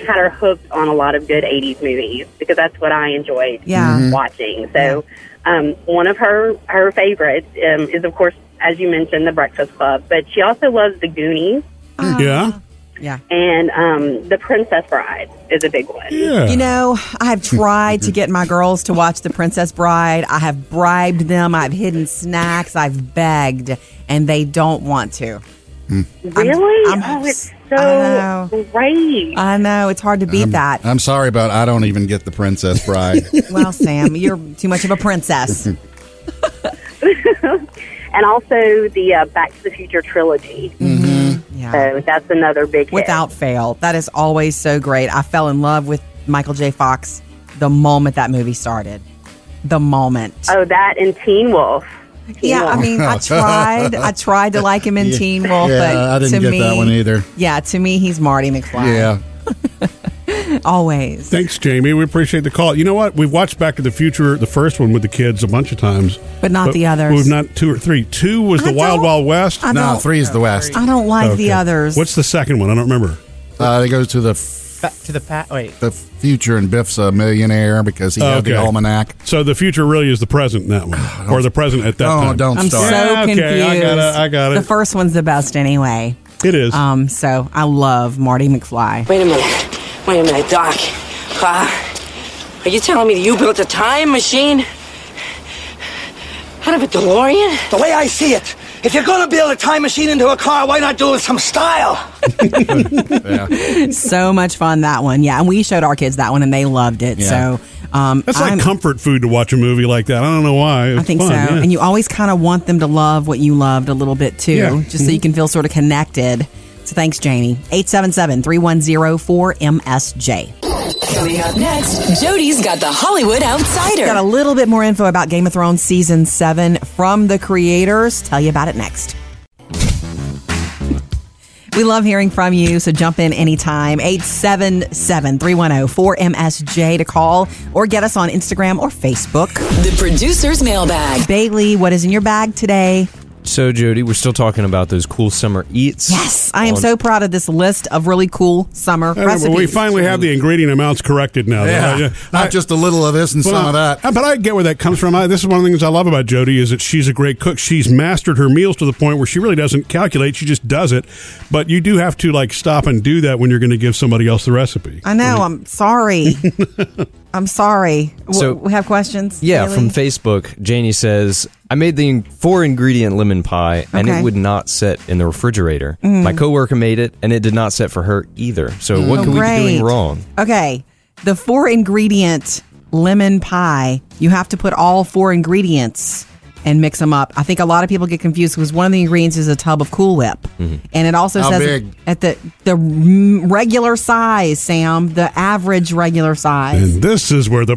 [SPEAKER 20] had her hooked on a lot of good '80s movies because that's what I enjoyed
[SPEAKER 4] Yeah. Mhm.
[SPEAKER 20] watching. So, um, one of her her favorites um, is, of course, as you mentioned, The Breakfast Club. But she also loves The Goonies
[SPEAKER 2] yeah.
[SPEAKER 4] Yeah.
[SPEAKER 20] and um, The Princess Bride is a big one.
[SPEAKER 4] You know, I have tried to get my girls to watch The Princess Bride. I have bribed them. I've hidden snacks. I've begged, and they don't want to.
[SPEAKER 3] Hmm.
[SPEAKER 20] Really?
[SPEAKER 4] I'm-
[SPEAKER 20] oh, it's
[SPEAKER 4] I
[SPEAKER 20] so great.
[SPEAKER 4] I know it's hard to beat
[SPEAKER 3] Um,
[SPEAKER 4] that.
[SPEAKER 3] I'm sorry about I don't even get the Princess Bride.
[SPEAKER 4] Well, Sam, you're too much of a princess.
[SPEAKER 20] and also the uh, Back to the Future trilogy. Mm-hmm. So that's another big hit.
[SPEAKER 4] Without fail, that is always so great. I fell in love with Michael J. Fox the moment that movie started. The moment.
[SPEAKER 20] Oh, that and Teen Wolf. Teen
[SPEAKER 4] Yeah, I
[SPEAKER 20] Wolf.
[SPEAKER 4] mean, I tried. I tried to like him in
[SPEAKER 3] Yeah.
[SPEAKER 4] Teen Wolf,
[SPEAKER 3] Yeah,
[SPEAKER 4] but
[SPEAKER 3] I didn't
[SPEAKER 4] to
[SPEAKER 3] get
[SPEAKER 4] me,
[SPEAKER 3] that one either.
[SPEAKER 4] Yeah, to me, he's Marty McFly.
[SPEAKER 3] Yeah.
[SPEAKER 4] Always.
[SPEAKER 2] Thanks, Jamie. We appreciate the call. You know what? We've watched Back to the Future, the first one with the kids, a bunch of times,
[SPEAKER 4] But not the others.
[SPEAKER 2] We've not two or three. Two was the Wild Wild West.
[SPEAKER 4] I No, don't-
[SPEAKER 3] three is the West.
[SPEAKER 4] I don't like the
[SPEAKER 2] Okay.
[SPEAKER 4] others.
[SPEAKER 2] What's the second one? I don't remember.
[SPEAKER 3] Uh, it goes to the f-
[SPEAKER 21] Back to the pat. Wait.
[SPEAKER 3] the future, and Biff's a millionaire because he had the
[SPEAKER 2] Okay.
[SPEAKER 3] almanac.
[SPEAKER 2] So the future really is the present in that one, or the present at that
[SPEAKER 3] Oh,
[SPEAKER 2] time.
[SPEAKER 3] don't
[SPEAKER 4] I'm so
[SPEAKER 2] Yeah,
[SPEAKER 4] confused.
[SPEAKER 2] okay, I got it. I got
[SPEAKER 4] The
[SPEAKER 2] it.
[SPEAKER 4] first one's the best anyway.
[SPEAKER 2] It is.
[SPEAKER 4] Um, so I love Marty McFly.
[SPEAKER 22] Wait a minute. Wait a minute, Doc. Uh, are you telling me that you built a time machine? Out of a DeLorean?
[SPEAKER 23] The way I see it, if you're gonna build a time machine into a car, why not do it with some style?
[SPEAKER 4] so much fun that one. Yeah, and we showed our kids that one and they loved it.
[SPEAKER 2] Yeah.
[SPEAKER 4] So um,
[SPEAKER 2] That's like
[SPEAKER 4] I'm-
[SPEAKER 2] comfort food to watch a movie like that. I don't know why. It's
[SPEAKER 4] I think
[SPEAKER 2] fun,
[SPEAKER 4] so.
[SPEAKER 2] yeah.
[SPEAKER 4] And you always kind of want them to love what you loved a little bit too,
[SPEAKER 2] Yeah. Mm-hmm.
[SPEAKER 4] just so you can feel sort of connected. So thanks, Jamie. 877 310 4MSJ.
[SPEAKER 5] Coming up next, Jody's got the Hollywood Outsider.
[SPEAKER 4] Got a little bit more info about Game of Thrones season seven from the creators. Tell you about it next. We love hearing from you, so jump in anytime. 877 310 4MSJ to call or get us on Instagram or Facebook.
[SPEAKER 5] The producer's mailbag.
[SPEAKER 4] Bailey, what is in your bag today?
[SPEAKER 16] So, Jody, we're still talking about those cool summer eats.
[SPEAKER 4] Yes, I am so proud of this list of really cool summer
[SPEAKER 2] I don't know,
[SPEAKER 4] recipes.
[SPEAKER 2] but we finally have the ingredient amounts corrected now.
[SPEAKER 3] Yeah, not just a little of this and some of that.
[SPEAKER 2] uh, But I get where that comes from. I, this is one of the things I love about Jody is that she's a great cook. She's mastered her meals to the point where she really doesn't calculate; she just does it. But you do have to like stop and do that when you're going to give somebody else the recipe.
[SPEAKER 4] I know. I'm sorry. I'm sorry. W-
[SPEAKER 16] So-
[SPEAKER 4] we have questions.
[SPEAKER 16] Yeah,
[SPEAKER 4] really?
[SPEAKER 16] from Facebook, Janie says, I made the four ingredient lemon pie and
[SPEAKER 4] Okay.
[SPEAKER 16] it would not set in the refrigerator.
[SPEAKER 4] Mm.
[SPEAKER 16] My coworker made it and it did not set for her either. So, what
[SPEAKER 4] Oh,
[SPEAKER 16] could we be
[SPEAKER 4] great.
[SPEAKER 16] doing wrong?
[SPEAKER 4] Okay, the four ingredient lemon pie. You have to put all four ingredients and mix them up. I think a lot of people get confused because one of the ingredients is a tub of Cool Whip, and it also
[SPEAKER 3] How
[SPEAKER 4] says
[SPEAKER 3] big?
[SPEAKER 4] at the the mm, regular size, Sam, the average regular size.
[SPEAKER 2] And this is where the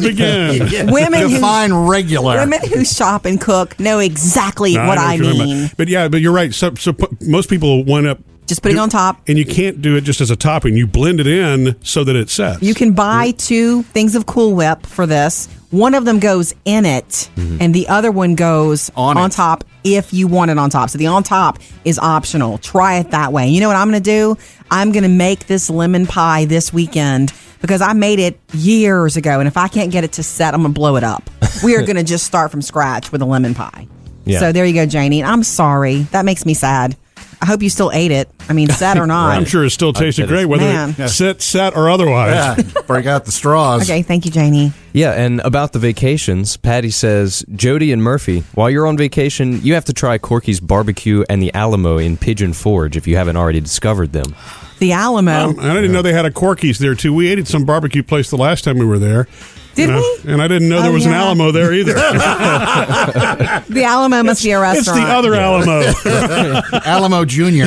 [SPEAKER 2] begin.
[SPEAKER 4] Women
[SPEAKER 3] define
[SPEAKER 4] who,
[SPEAKER 3] regular.
[SPEAKER 4] Women who shop and cook know exactly
[SPEAKER 2] No,
[SPEAKER 4] what
[SPEAKER 2] know
[SPEAKER 4] I,
[SPEAKER 2] you're talking
[SPEAKER 4] mean.
[SPEAKER 2] about. But yeah, but you're right. So, so pu- most people wind up
[SPEAKER 4] Just putting it
[SPEAKER 2] do-
[SPEAKER 4] on top.
[SPEAKER 2] and you can't do it just as a topping. You blend it in so that it sets.
[SPEAKER 4] You can buy two things of Cool Whip for this. One of them goes in it,
[SPEAKER 2] Mhm.
[SPEAKER 4] and the other one goes on, top if you want it on top. So the on top is optional. Try it that way. You know what I'm going to do? I'm going to make this lemon pie this weekend because I made it years ago. And if I can't get it to set, I'm going to blow it up. We are going to just start from scratch with a lemon pie.
[SPEAKER 16] Yeah.
[SPEAKER 4] So there you go, Janie. And I'm sorry. That makes me sad. I hope you still ate it. I mean, set or not.
[SPEAKER 2] I'm sure it still
[SPEAKER 16] I
[SPEAKER 2] tasted
[SPEAKER 16] bet
[SPEAKER 2] great,
[SPEAKER 16] it's-
[SPEAKER 2] whether
[SPEAKER 4] Man.
[SPEAKER 2] it set, set, or otherwise.
[SPEAKER 3] break out the
[SPEAKER 16] uh,
[SPEAKER 3] straws.
[SPEAKER 4] Okay, thank you, Janie.
[SPEAKER 16] Yeah, and about the vacations, Patty says, Jody and Murphy, while you're on vacation, you have to try Corky's Barbecue and the Alamo in Pigeon Forge if you haven't already discovered them.
[SPEAKER 4] The Alamo.
[SPEAKER 2] Um, and I didn't know they had a Corky's there too. We ate at some barbecue place the last time we were there.
[SPEAKER 4] Did
[SPEAKER 2] and I, and I didn't know
[SPEAKER 4] Oh,
[SPEAKER 2] there was an
[SPEAKER 4] yeah.
[SPEAKER 2] Alamo there either.
[SPEAKER 4] The Alamo must be a
[SPEAKER 2] it's the
[SPEAKER 4] restaurant.
[SPEAKER 2] other Alamo
[SPEAKER 3] Alamo Junior.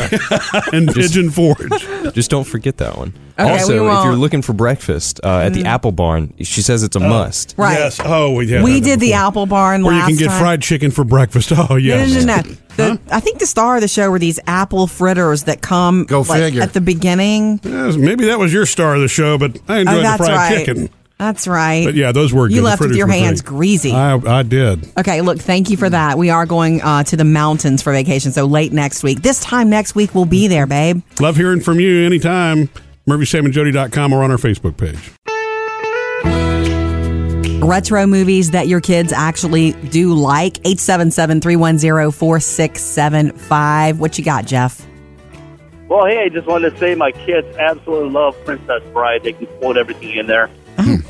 [SPEAKER 2] and Pigeon Forge.
[SPEAKER 16] Just don't forget that one.
[SPEAKER 4] Okay, we
[SPEAKER 16] also, if
[SPEAKER 4] won't. Mm-hmm.
[SPEAKER 16] you're looking for breakfast uh, at the Apple Barn, she says it's a must.
[SPEAKER 4] Right.
[SPEAKER 2] Yes. Oh, we had
[SPEAKER 4] we
[SPEAKER 2] that
[SPEAKER 4] did the
[SPEAKER 2] before.
[SPEAKER 4] Apple Barn
[SPEAKER 2] Where you
[SPEAKER 4] last
[SPEAKER 2] can get
[SPEAKER 4] time.
[SPEAKER 2] fried chicken for breakfast. Oh,
[SPEAKER 4] No,
[SPEAKER 2] yes.
[SPEAKER 4] no, no, no. The, I think the star of the show were these apple fritters that come
[SPEAKER 2] Go
[SPEAKER 4] like,
[SPEAKER 2] figure.
[SPEAKER 4] at the beginning.
[SPEAKER 2] Yes, maybe that was your star of the show, but I enjoyed
[SPEAKER 4] oh,
[SPEAKER 2] the
[SPEAKER 4] that's
[SPEAKER 2] fried
[SPEAKER 4] right.
[SPEAKER 2] chicken.
[SPEAKER 4] That's right.
[SPEAKER 2] But yeah, those were good.
[SPEAKER 4] You
[SPEAKER 2] The
[SPEAKER 4] left with
[SPEAKER 2] fritters
[SPEAKER 4] your
[SPEAKER 2] were
[SPEAKER 4] hands
[SPEAKER 2] great.
[SPEAKER 4] greasy.
[SPEAKER 2] I, I did.
[SPEAKER 4] Okay, look, thank you for that. We are going uh, to the mountains for vacation, so late next week. This time next week, we'll be there, babe.
[SPEAKER 2] Love hearing from you anytime. MurphySamandJody.com or on our Facebook page.
[SPEAKER 4] retro movies that your kids actually do like 877-310-4675 what you got jeff
[SPEAKER 7] Well, hey, I just wanted to say my kids absolutely love Princess Bride. They can quote everything in there.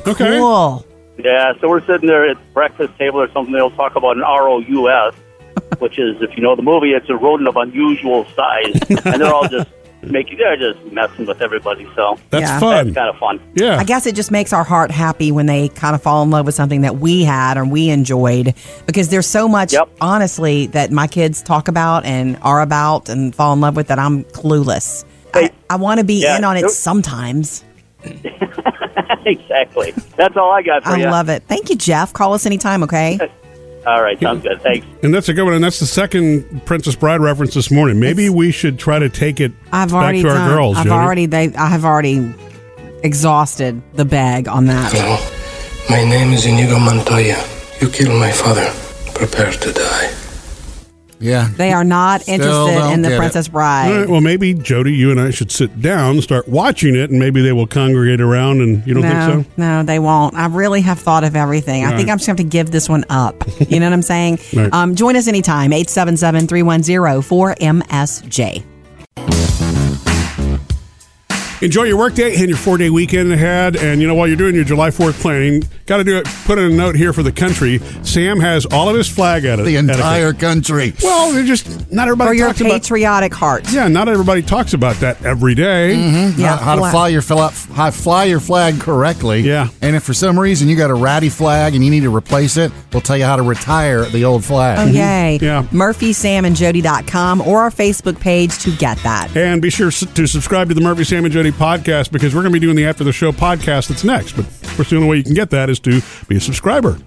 [SPEAKER 2] Okay.
[SPEAKER 4] Cool.
[SPEAKER 7] Yeah, so we're sitting there at the breakfast table or something. They'll talk about an ROUS, which is, if you know the movie, it's a rodent of unusual size. and they're all just making, they're just messing with everybody. So
[SPEAKER 4] That's Yeah. fun.
[SPEAKER 7] That's kind of fun.
[SPEAKER 2] yeah
[SPEAKER 4] i guess it just makes our heart happy when they kind of fall in love with something that we had and we enjoyed because there's so much honestly that my kids talk about and are about and fall in love with that i'm clueless i, I want to be
[SPEAKER 7] Yeah.
[SPEAKER 4] in on it
[SPEAKER 7] Nope.
[SPEAKER 4] sometimes
[SPEAKER 7] exactly. That's all I got for
[SPEAKER 4] i
[SPEAKER 7] you.
[SPEAKER 4] love it thank you jeff call us anytime okay
[SPEAKER 7] All right, sounds good. Thanks.
[SPEAKER 2] And that's a good one. And that's the second Princess Bride reference this morning. Maybe we should try to take it
[SPEAKER 4] I've
[SPEAKER 2] back
[SPEAKER 4] already
[SPEAKER 2] to our
[SPEAKER 4] done-
[SPEAKER 2] girls.
[SPEAKER 4] I've
[SPEAKER 2] Jody.
[SPEAKER 4] already they I have already exhausted the bag on that.
[SPEAKER 11] My name is Inigo Montoya. You killed my father. Prepare to die.
[SPEAKER 3] Yeah.
[SPEAKER 4] They are not interested in the Princess Bride.
[SPEAKER 2] All right, well, maybe Jody, you and I should sit down, start watching it, and maybe they will congregate around. And you don't
[SPEAKER 4] no,
[SPEAKER 2] think so?
[SPEAKER 4] no, they won't. I really have thought of everything. I
[SPEAKER 2] All
[SPEAKER 4] think
[SPEAKER 2] right.
[SPEAKER 4] I'm just going to have to give this one up. You know what I'm saying?
[SPEAKER 2] Right.
[SPEAKER 4] um, join us anytime, 877-310-4MSJ.
[SPEAKER 2] Enjoy your workday and your four day weekend ahead. And you know, while you're doing your July 4th planning, got to do it. Put in a note here for the country. Sam has all of his flag edit.
[SPEAKER 3] The entire
[SPEAKER 2] etiquette.
[SPEAKER 3] country.
[SPEAKER 2] Well, they're just not
[SPEAKER 4] For
[SPEAKER 2] everybody
[SPEAKER 4] your
[SPEAKER 2] talks about.
[SPEAKER 4] patriotic heart.
[SPEAKER 2] Yeah, not everybody talks about that every
[SPEAKER 3] Mhm. How- how to fly your fla- how to fly your flag correctly. Yeah. And if for some reason you got a ratty flag and you need to replace it, we'll tell you how to retire the old flag.
[SPEAKER 4] Oh, yay.
[SPEAKER 2] Mm-hmm. Yeah.
[SPEAKER 4] Murphy, Sam, and Jody.com or our Facebook page to get that.
[SPEAKER 2] And be sure s- to subscribe to the Murphy, Sam, and Jody podcast because we're going to be doing the After the Show podcast that's next. But of course, the only way you can get that is to be a subscriber.